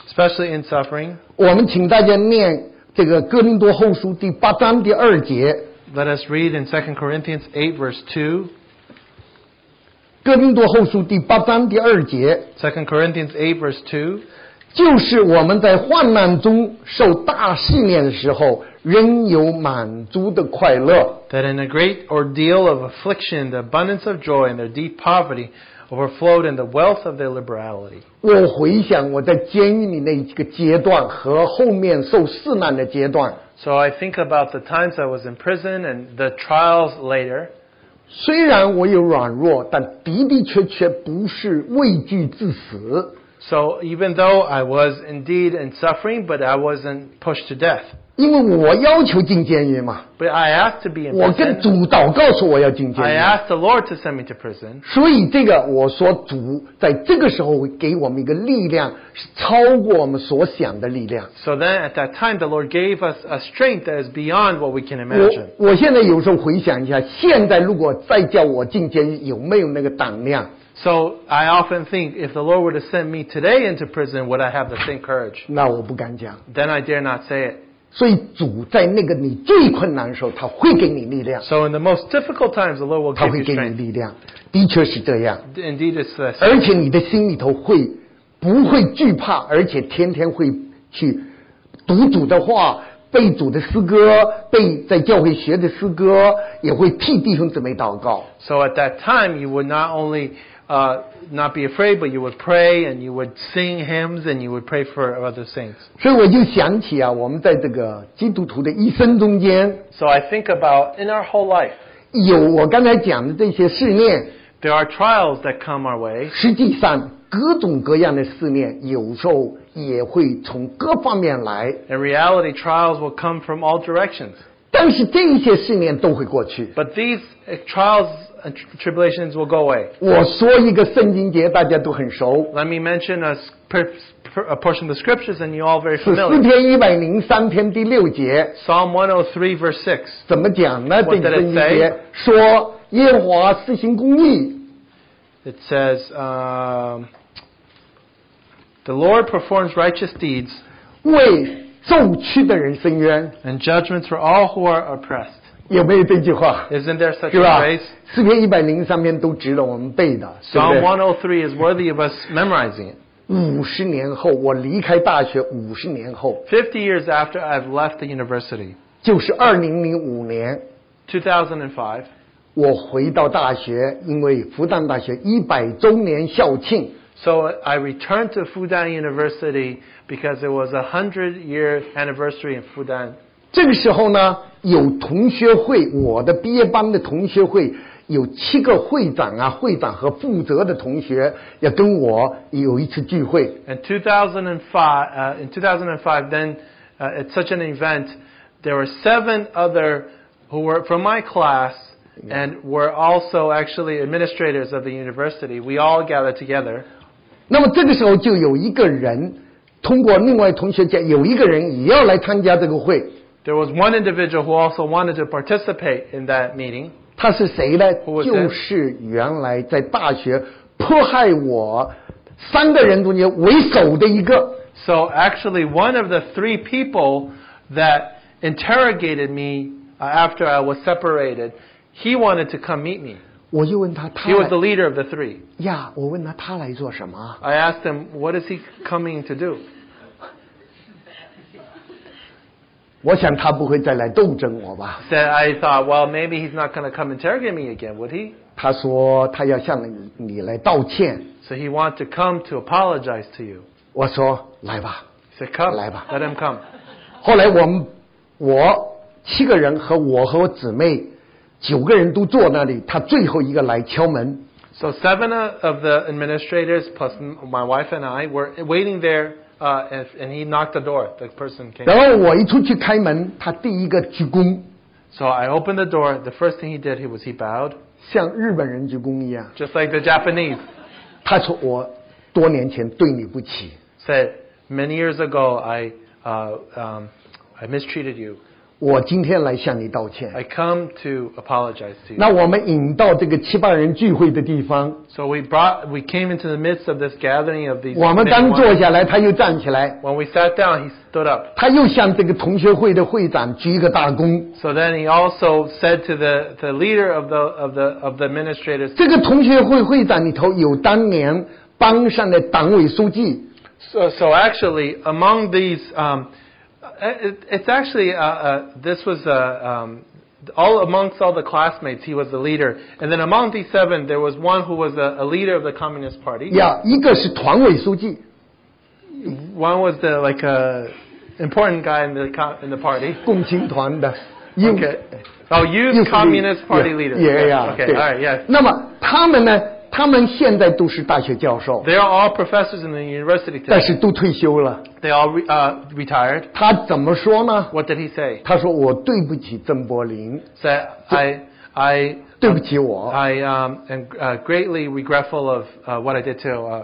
Especially in suffering. 我们请大家念这个《哥林多后书》第八章第二节。 Let us read in 2 Corinthians 8, verse 2. 哥林多后书第八章第二节， 2 Corinthians 8, verse 2. 就是我们在患难中受大试炼的时候，仍有满足的快乐。 That in a great ordeal of affliction, the abundance of joy and their deep poverty overflowed in the wealth of their liberality. 我回想我在监狱里那几个阶段和后面受试难的阶段， So I think about the times I was in prison and the trials later. 虽然我有软弱，但的的确确不是畏惧致死， So even though I was indeed in suffering, but I wasn't pushed to death. 因为我要求进监狱嘛， But I asked to be in 我跟 prison. 主祷告说我要进监 I 狱。 asked the Lord to send me to prison. 所以这个我说主在这个时候会给我们一个力量，是超过我们所想的力量。 So then at that time, the Lord gave us a strength that is beyond what we can 我 imagine. 我现在有时候回想一下，现在如果再叫我进监狱，有没有那个胆量？ So I often think if the Lord were to send me today into prison, would I have the same courage? 那我不敢讲。 Then I dare not say it. 所以主在那个你最困难的时候，他会给你力量， So in the most difficult times, the Lord will 他 give 会 you 给你 strength. 力量，的确是这样。 Indeed, it's this. 而且你的心里头会不会惧怕，而且天天会去读主的话，背主的诗歌，背在教会学的诗歌，也会替弟兄姊妹祷告。 So at that time, you would not only uh, not be afraid, but you would pray and you would sing hymns and you would pray for other saints. 所以我就想起啊，我们在这个基督徒的一生中间， So I think about in our whole life, 有我刚才讲的这些试炼， there are trials that come our way, 实际上各种各样的试炼，有时候也会从各方面来， In reality, trials will come from all directions. 但是这些试炼都会过去。 But these uh, trials and tr- tribulations will go away. 我说一个圣经节，大家都很熟， Let me mention a, s- per- per- a portion of the scriptures, and you're all very 是四 familiar. 篇一百零三篇第六节。 Psalm 103, verse 6. 怎么讲呢？这 What 个 did 圣经 it say? 节说耶和华施行公义， It says, um, The Lord performs righteous deeds 为受屈的人伸冤， and judgments for all who are oppressed. 有没有这句话？ Isn't there such 是 a 吧 phrase?？诗篇一百零三篇都值得我们背的，对不 Psalm 对？ 103 is worthy of us memorizing it. 五十年后，我离开大学，五十年后50 years after I've left the university, 就是二零零五年， 2005, 我回到大学，因为复旦大学一百周年校庆， So I returned to Fudan University because it was a hundred year anniversary in Fudan. 这个时候呢，有同学会，我的毕业班的同学会有七个会长啊，会长和负责的同学也跟我有一次聚会。 In 2005, uh, in 2005, then uh, at such an event, there were seven other who were from my class and were also actually administrators of the university. We all gathered together, 那么这个时候就有一个人通过另外同学讲，有一个人也要来参加这个会， there was one individual who also wanted to participate in that meeting. 他是谁呢 Who？was that? 就是原来在大学迫害我三个人中间为首的一个。 So actually, one of the three people that interrogated me uh, after I was separated, he wanted to come meet me. 我就问他，他 He was the 来 leader of the three. 呀，我问他他来做什么啊？ I asked him, "What is he coming to do?" 我想他不会再来斗争我吧？ Said I thought, well, maybe he's not going to come interrogate me again, would he? 他说他要向你你来道歉。 So he wanted to come to apologize to you. 我说来吧。 He said, "Come, Lai ba. let him come." 后来我们我七个人和我和我姊妹九个人都坐那里，他最后一个来敲门。 So seven uh, of the administrators plus m- my wife and I were waiting there, uh, and, and he knocked the door. The person came. 然后我一出去开门，他第一个鞠躬， So I opened the door. The first thing he did he was he bowed, 像日本人鞠躬一样。 just like the Japanese 他说我多年前对你不起， said many years ago. I uh, um, I mistreated you. 我今天来向你道歉。 I come to apologize to you. 那我们引到这个七八人聚会的地方， So we brought we came into the midst of this gathering of these. 我们 many 刚 ones. 坐下来，他又站起来， When we sat down, he stood up. 他又向这个同学会的会长鞠一个大躬。 So then he also said to the, the leader of the of the of the administrators. 这个同学会会长里头有当年帮上的党委书记， So, so actually, among these, um, it, it's actually uh, uh, this was uh, um, all amongst all the classmates. He was the leader, and then among these seven, there was one who was a, a leader of the Communist Party. 呀，一个是团委书记， One was the like uh, important guy in the co- in the party. 共青团的，又 Okay. Oh, youth 又 Communist Party leader. 也呀 Okay. 对 All right. Yes. 那么他们呢？他们现在都是大学教授， They are all professors in the university 但 today. 是都退休了。 They all re- uh, retired. 他怎么说呢？ What did he say? 他说：“我对不起郑柏林， Said I I 对不起我 I um, am uh, greatly regretful of uh, what I did to uh,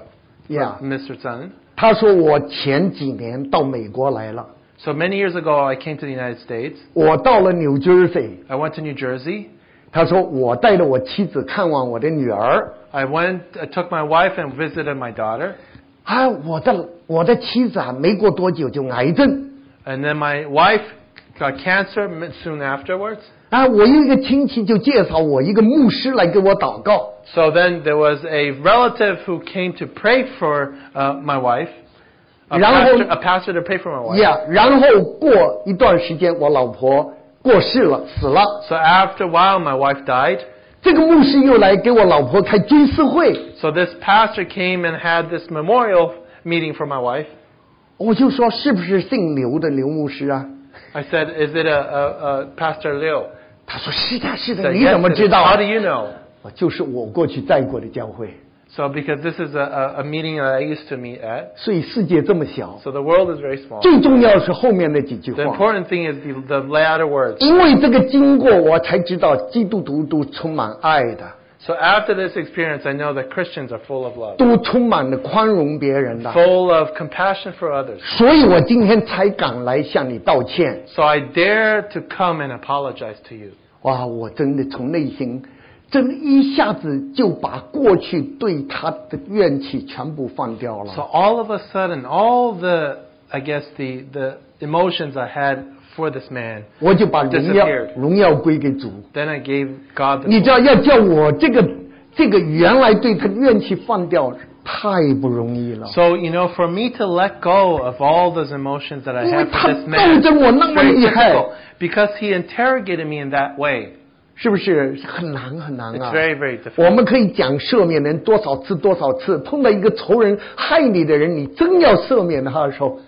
呀。 Mr. Sun. ”他说：“我前几年到美国来了， So many years ago, I came to the United States. 我到了纽 Jersey。 I went to New Jersey. 他说我带着我妻子看望我的女儿。 I went, I took my wife and visited my daughter. 啊，我的我的妻子啊，没过多久就癌症。 And then my wife got cancer m- soon afterwards. 啊，我有一个亲戚就介绍我一个牧师来给我祷告。 So then there was a relative who came to pray for uh, my wife. A, 然后 pastor, a pastor to pray for my wife. Yeah，然后过一段时间，我老婆过世了，死了。 So after a while, my wife died. 这个牧师又来给我老婆开追思会， So this pastor came and had this memorial meeting for my wife. 我就说是不是姓刘的刘牧师啊？ I said, "Is it a, a, a Pastor Liu?" 他说是的，是 He 的。 said, 你 "Yes, 怎么 it is. 知道 How 啊 do？you know? 我就是我过去在过的教会， So because this is a, a, a meeting that I used to meet at. 所以世界这么小。 So the world is very small. 最重要的是后面那几句 The 话， important thing is the, the latter words. 因为这个经过，我才知道基督徒都充满爱的， So after this experience, I know that Christians are full of love, 都充满了宽容别人的。 full of compassion for others. 所以我今天才敢来向你道歉。 So I dare to come and apologize to you. 哇，我真的从内心，真一下子就把过去对他的怨气全部放掉 So 了。 all of a sudden, all the I guess the the emotions I had for this man, 我就把荣耀 Disappeared. 荣耀归给主。 then I gave God the. 你知道，要叫我这个这个原来对他的怨气放掉，太不容易了。 So you know, for me to let go of all those emotions that I 因为 had 他 for this man, 斗争我那么 it's very 厉害。 difficult because he interrogated me in that way. 是不是很难很难 It's 啊？ very very 我 difficult. 们可以讲赦免人多少次多少次，碰到一个仇人害你的人，你真要赦免他的时候，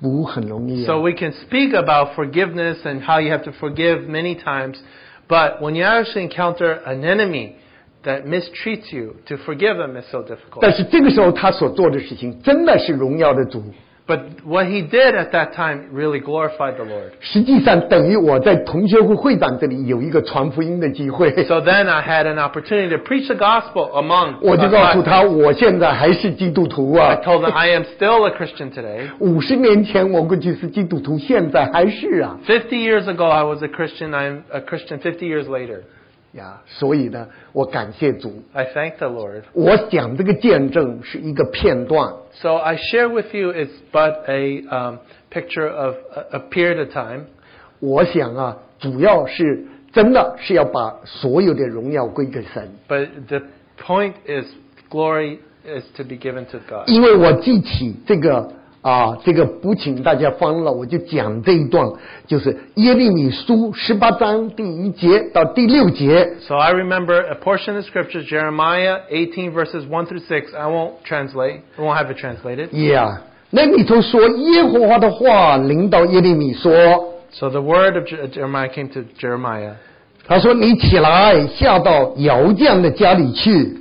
不很容易、啊 So。we can speak about forgiveness and how you have to forgive many times, but when you actually encounter an enemy that mistreats you, to forgive them is so difficult. 但是这个时候他所做的事情真的是荣耀的主， But what he did at that time really glorified the Lord. 实际上等于我在同学会会长这里有一个传福音的机会， So then I had an opportunity to preach the gospel among. 我就 my 告诉 classmates. 他我现在还是基督徒 I 啊。 told them I am still a Christian today. 五十年前我过去是基督徒，现在还是啊50 years ago, I was a Christian. I'm a Christian 50 years later. 呀，所以呢，我感谢主。 I thank the Lord. 我讲这个见证是一个片段， So I share with you it's but a um, picture of a, a period of time. 我想啊，主要是真的是要把所有的荣耀归给神， But the point is, glory is to be given to God. 因为我记起这个啊，这个不请大家翻了，我就讲这一段，就是耶利米书十八章第一节到第六节， So I remember a portion of the scriptures, Jeremiah 18 verses 1 through 6. I won't translate. I won't have it translated. 耶、那里头说耶和华的话领导耶利米说。 So the word of Je- Jeremiah came to Jeremiah. 他说：“你起来，下到窑匠的家里去。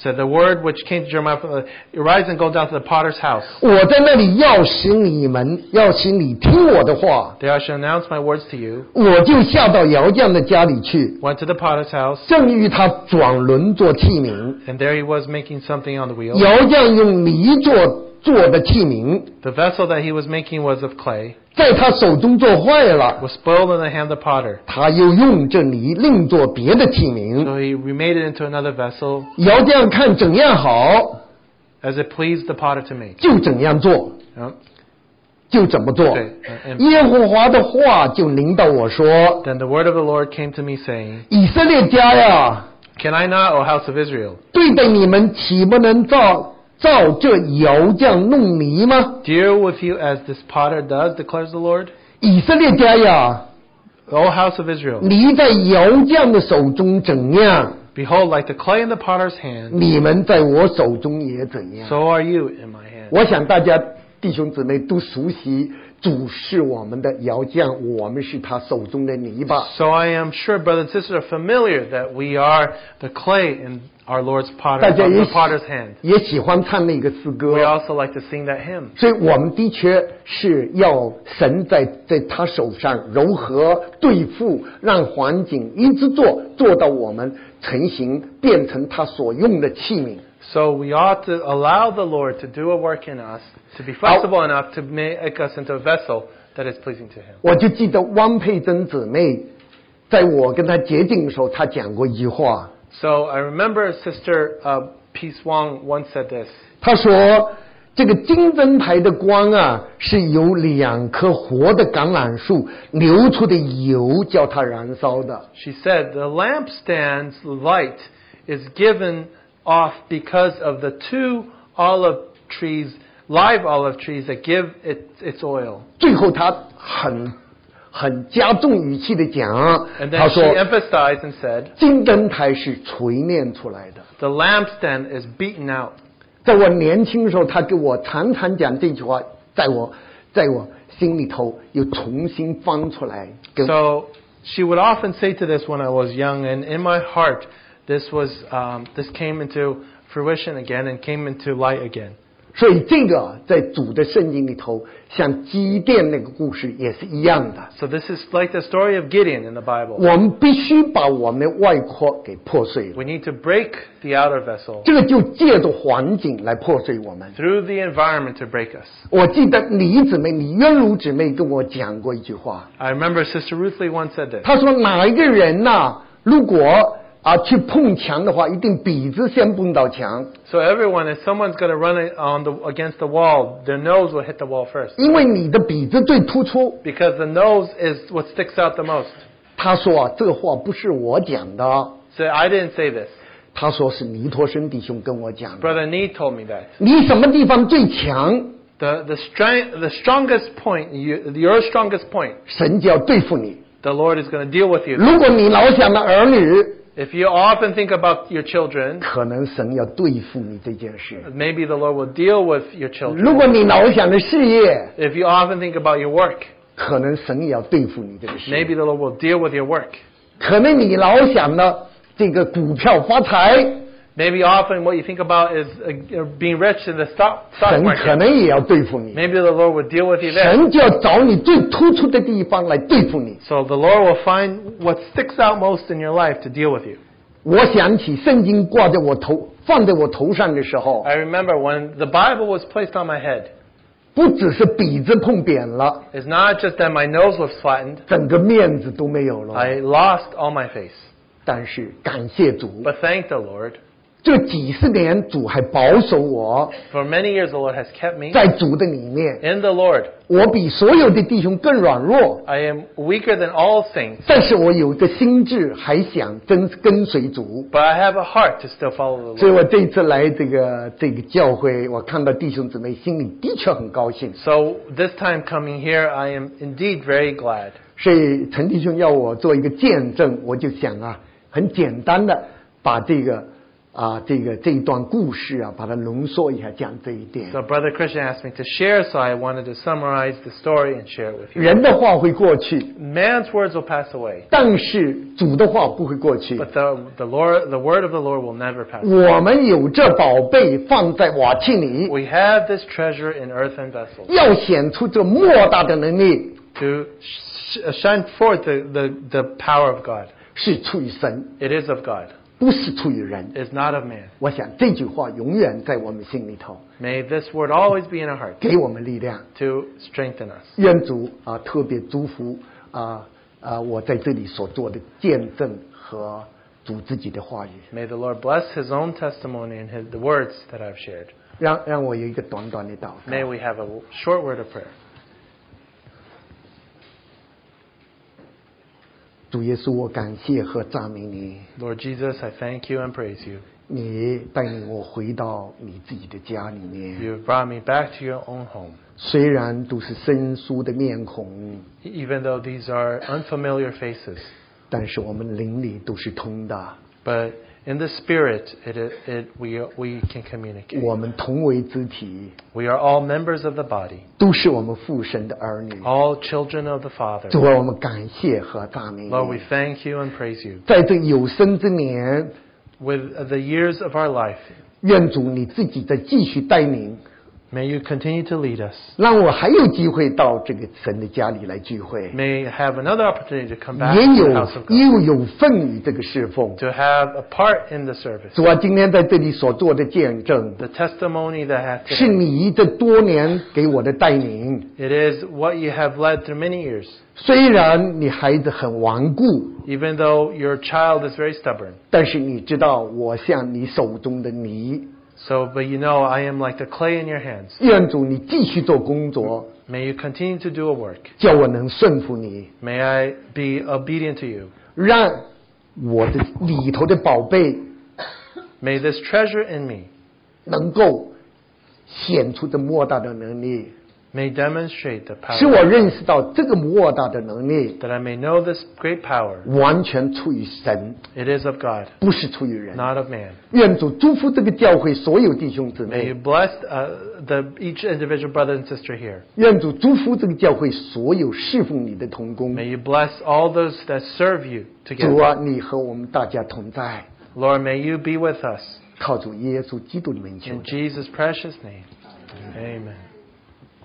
Said the word which came to Jeremiah, from the- arise and go down to the potter's house. 我在那里要使你们，要使你听我的话。 There I shall announce my words to you. 我就下到窑匠的家里去， Went to the potter's house. 正与他转轮做器皿。 And there he was making something on the wheel. 窑匠用泥做做的器皿， The vessel that he was making was of clay, 在他手中做坏了， was spoiled in the hand of the potter. 他又用这泥另做别的器皿。 So he remade it into another vessel 窑匠看怎样好， as it pleased the potter to make. 就怎样做， Oh, 就怎么做。对嗯嗯耶和华的话就临到我说 Then the word of the Lord came to me, saying,：“ 以色列家呀。” Can I not, O house of Israel? 对待你们岂不能照照这窑匠弄泥吗？ Deal with you as this potter does, declares the Lord. 以色列家呀， O house of Israel, 泥在窑匠的手中怎样， behold, like the clay in the potter's hand, 你们在我手中也怎样。 so are you in my hand. 我想大家弟兄姊妹都熟悉，主是我们的窑匠，我们是他手中的泥巴。 So I am sure brothers and sisters are familiar that we are the clay in our Lord's potter, 大家也 the potter's hand. 也喜欢唱那个诗 We 歌， also like to sing that hymn. 所以我们的确是要神在在他手上柔和对付，让环境一直做做到我们成型，变成他所用的器皿。 So we ought to allow the Lord to do a work in us, to be flexible enough to make us into a vessel that is pleasing to Him. 我就记得汪佩珍姊妹，在我跟她接近的时候，她讲过一句话， So I remember Sister uh, Peace Wong once said this. 她说：“这个金灯台的光啊，是由两棵活的橄榄树流出的油叫它燃烧的。” She said, The lampstand's light is given off because of the two olive trees live olive trees that give it, its oil. 最后他很很加重语气的讲 And，then 他 she 说 emphasized and said, 金灯台是锤炼出来的。 The lampstand is beaten out. 在我年轻的时候，他给我常常讲这句话，在我在我心里头又重新翻出来，给我 So she would often say to this when I was young, and in my heart, this was um, this came into fruition again and came into light again. 所以这个在主的圣经里头，像基甸那个故事也是一样的。 So this is like the story of Gideon in the Bible. 我们必须把我们的外壳给破碎了， We need to break the outer vessel 这个就借着环境来破碎我们。 through the environment to break us. 我记得李姊妹、李渊如姊妹跟我讲过一句话， I remember Sister Ruth Lee once said this. 她说哪一个人呐、如果啊去碰墙的话，一定鼻子先碰到墙， So everyone, if someone's going to run it on the, against the wall, their nose will hit the wall first 因为你的鼻子最突出。 because the nose is what sticks out the most. 她说啊，这个话不是我讲的， So I didn't say this. 她说是尼托生弟兄跟我讲的。 Brother Nee told me that. 你什么地方最强， The, the, strength, the strongest point, you, your strongest point, 神就要对付你。 the Lord is going to deal with you. 如果你老想着儿女， If you often think about your children, 可能神要对付你这件事。 maybe the Lord will deal with your children. 如果你老想着事业， If you often think about your work, 可能神也要对付你这个事业 maybe the Lord will deal with your work. 可能你老想着这个股票发财， Maybe often what you think about is uh, being rich in the stock, stock 神可 market. 能也要对付你。 Maybe the Lord will deal with you there. 神就要找你最突出的地方来对付你。 So the Lord will find what sticks out most in your life to deal with you. 我想起圣经挂在我头放在我头上的时候， I remember when the Bible was placed on my head, 不只是鼻子碰扁了， it's not just that my nose was flattened, 整个面子都没有了。 I lost all my face. 但是感谢主， But thank the Lord. 这几十年主还保守我 For many years, the Lord has kept me 在主的里面， in the Lord. 我比所有的弟兄更软弱。 I am weaker than all saints, 但是我有一个心智，还想跟跟随主， but I have a heart to still follow the 所以 Lord. 我这次来这个这个教会，我看到弟兄姊妹，心里的确很高兴。 So this time coming here, I am indeed very glad. 所以陈弟兄要我做一个见证，我就想啊，很简单的把这个啊这个这一段故事啊，把它浓缩一下，讲这一点。 So Brother Christian asked me to share, so I wanted to summarize the story and share it with you. 人的话会过去， Man's words will pass away. 但是主的话不会过去。 But the, the, Lord, the word of the Lord will never pass. 我们有这宝贝放在瓦器里， We have this treasure in earthen vessels 要显出这莫大的能力 to sh- shine forth the, the, the power of God. 是出于神。 It is of God, 不是出于人。 it is not of man. 我想这句话永远在我们心里头， May this word always be in our heart 给我们力量。 to strengthen us. 愿主啊，特别祝福啊啊，我在这里所做的见证和主自己的话语， May the Lord bless his own testimony and his, the words that I've shared. 让让我有一个短短的祷 May 告。 we have a short word of prayer. 主耶稣，我感谢和赞美你， Lord Jesus, I thank you and praise you. 你带领我回到你自己的家里面， You have brought me back to your own home. 虽然都是生疏的面孔， Even though these are unfamiliar faces, 但是我们邻里都是通的， but in the spirit, it, it, it, we, we can communicate. 我们同为肢体， We are all members of the body, 都是我们父神的儿女。 all children of the Father. 主啊，我们感谢和赞美 Lord, we 你， thank you and praise you. 在这有生之年， With the years of our life, 愿主你自己再继续带领， may you continue to lead us. 让我还有机会到这个神的家里来聚会， May have another opportunity to come back 也 to the house of 有 God, 又有份于这个侍奉。 to have a part in the service. 主啊，今天在这里所做的见证， The testimony that I have 是 today, 你这多年给我的带领。 it is what you have led through many years. 虽然你孩子很顽固， Even though your child is very stubborn. 但是你知道我像你手中的泥。 So, but you know, I am like the clay in your hands. 愿主你继续做工作， May you continue to do a work. 叫我能顺服你。 May I be obedient to you. 让我的里头的宝贝 May this treasure in me 能够显出这莫大的能力， may demonstrate the 使我 power, 认识到这个莫大的能力 that I may know this great power. 完全出于神， It is of God, 不是出于人。 not of man. 愿主祝福这个教会所有弟兄姊 May you 妹， bless uh, the, each individual brother and sister here. 愿主祝福这个教会所有侍奉你的童工。 May you bless all those that serve you 主 together. 啊，你和我们大家同在， Lord, may you be with us. 靠主耶稣基督的名求 In。Jesus' precious name. Amen.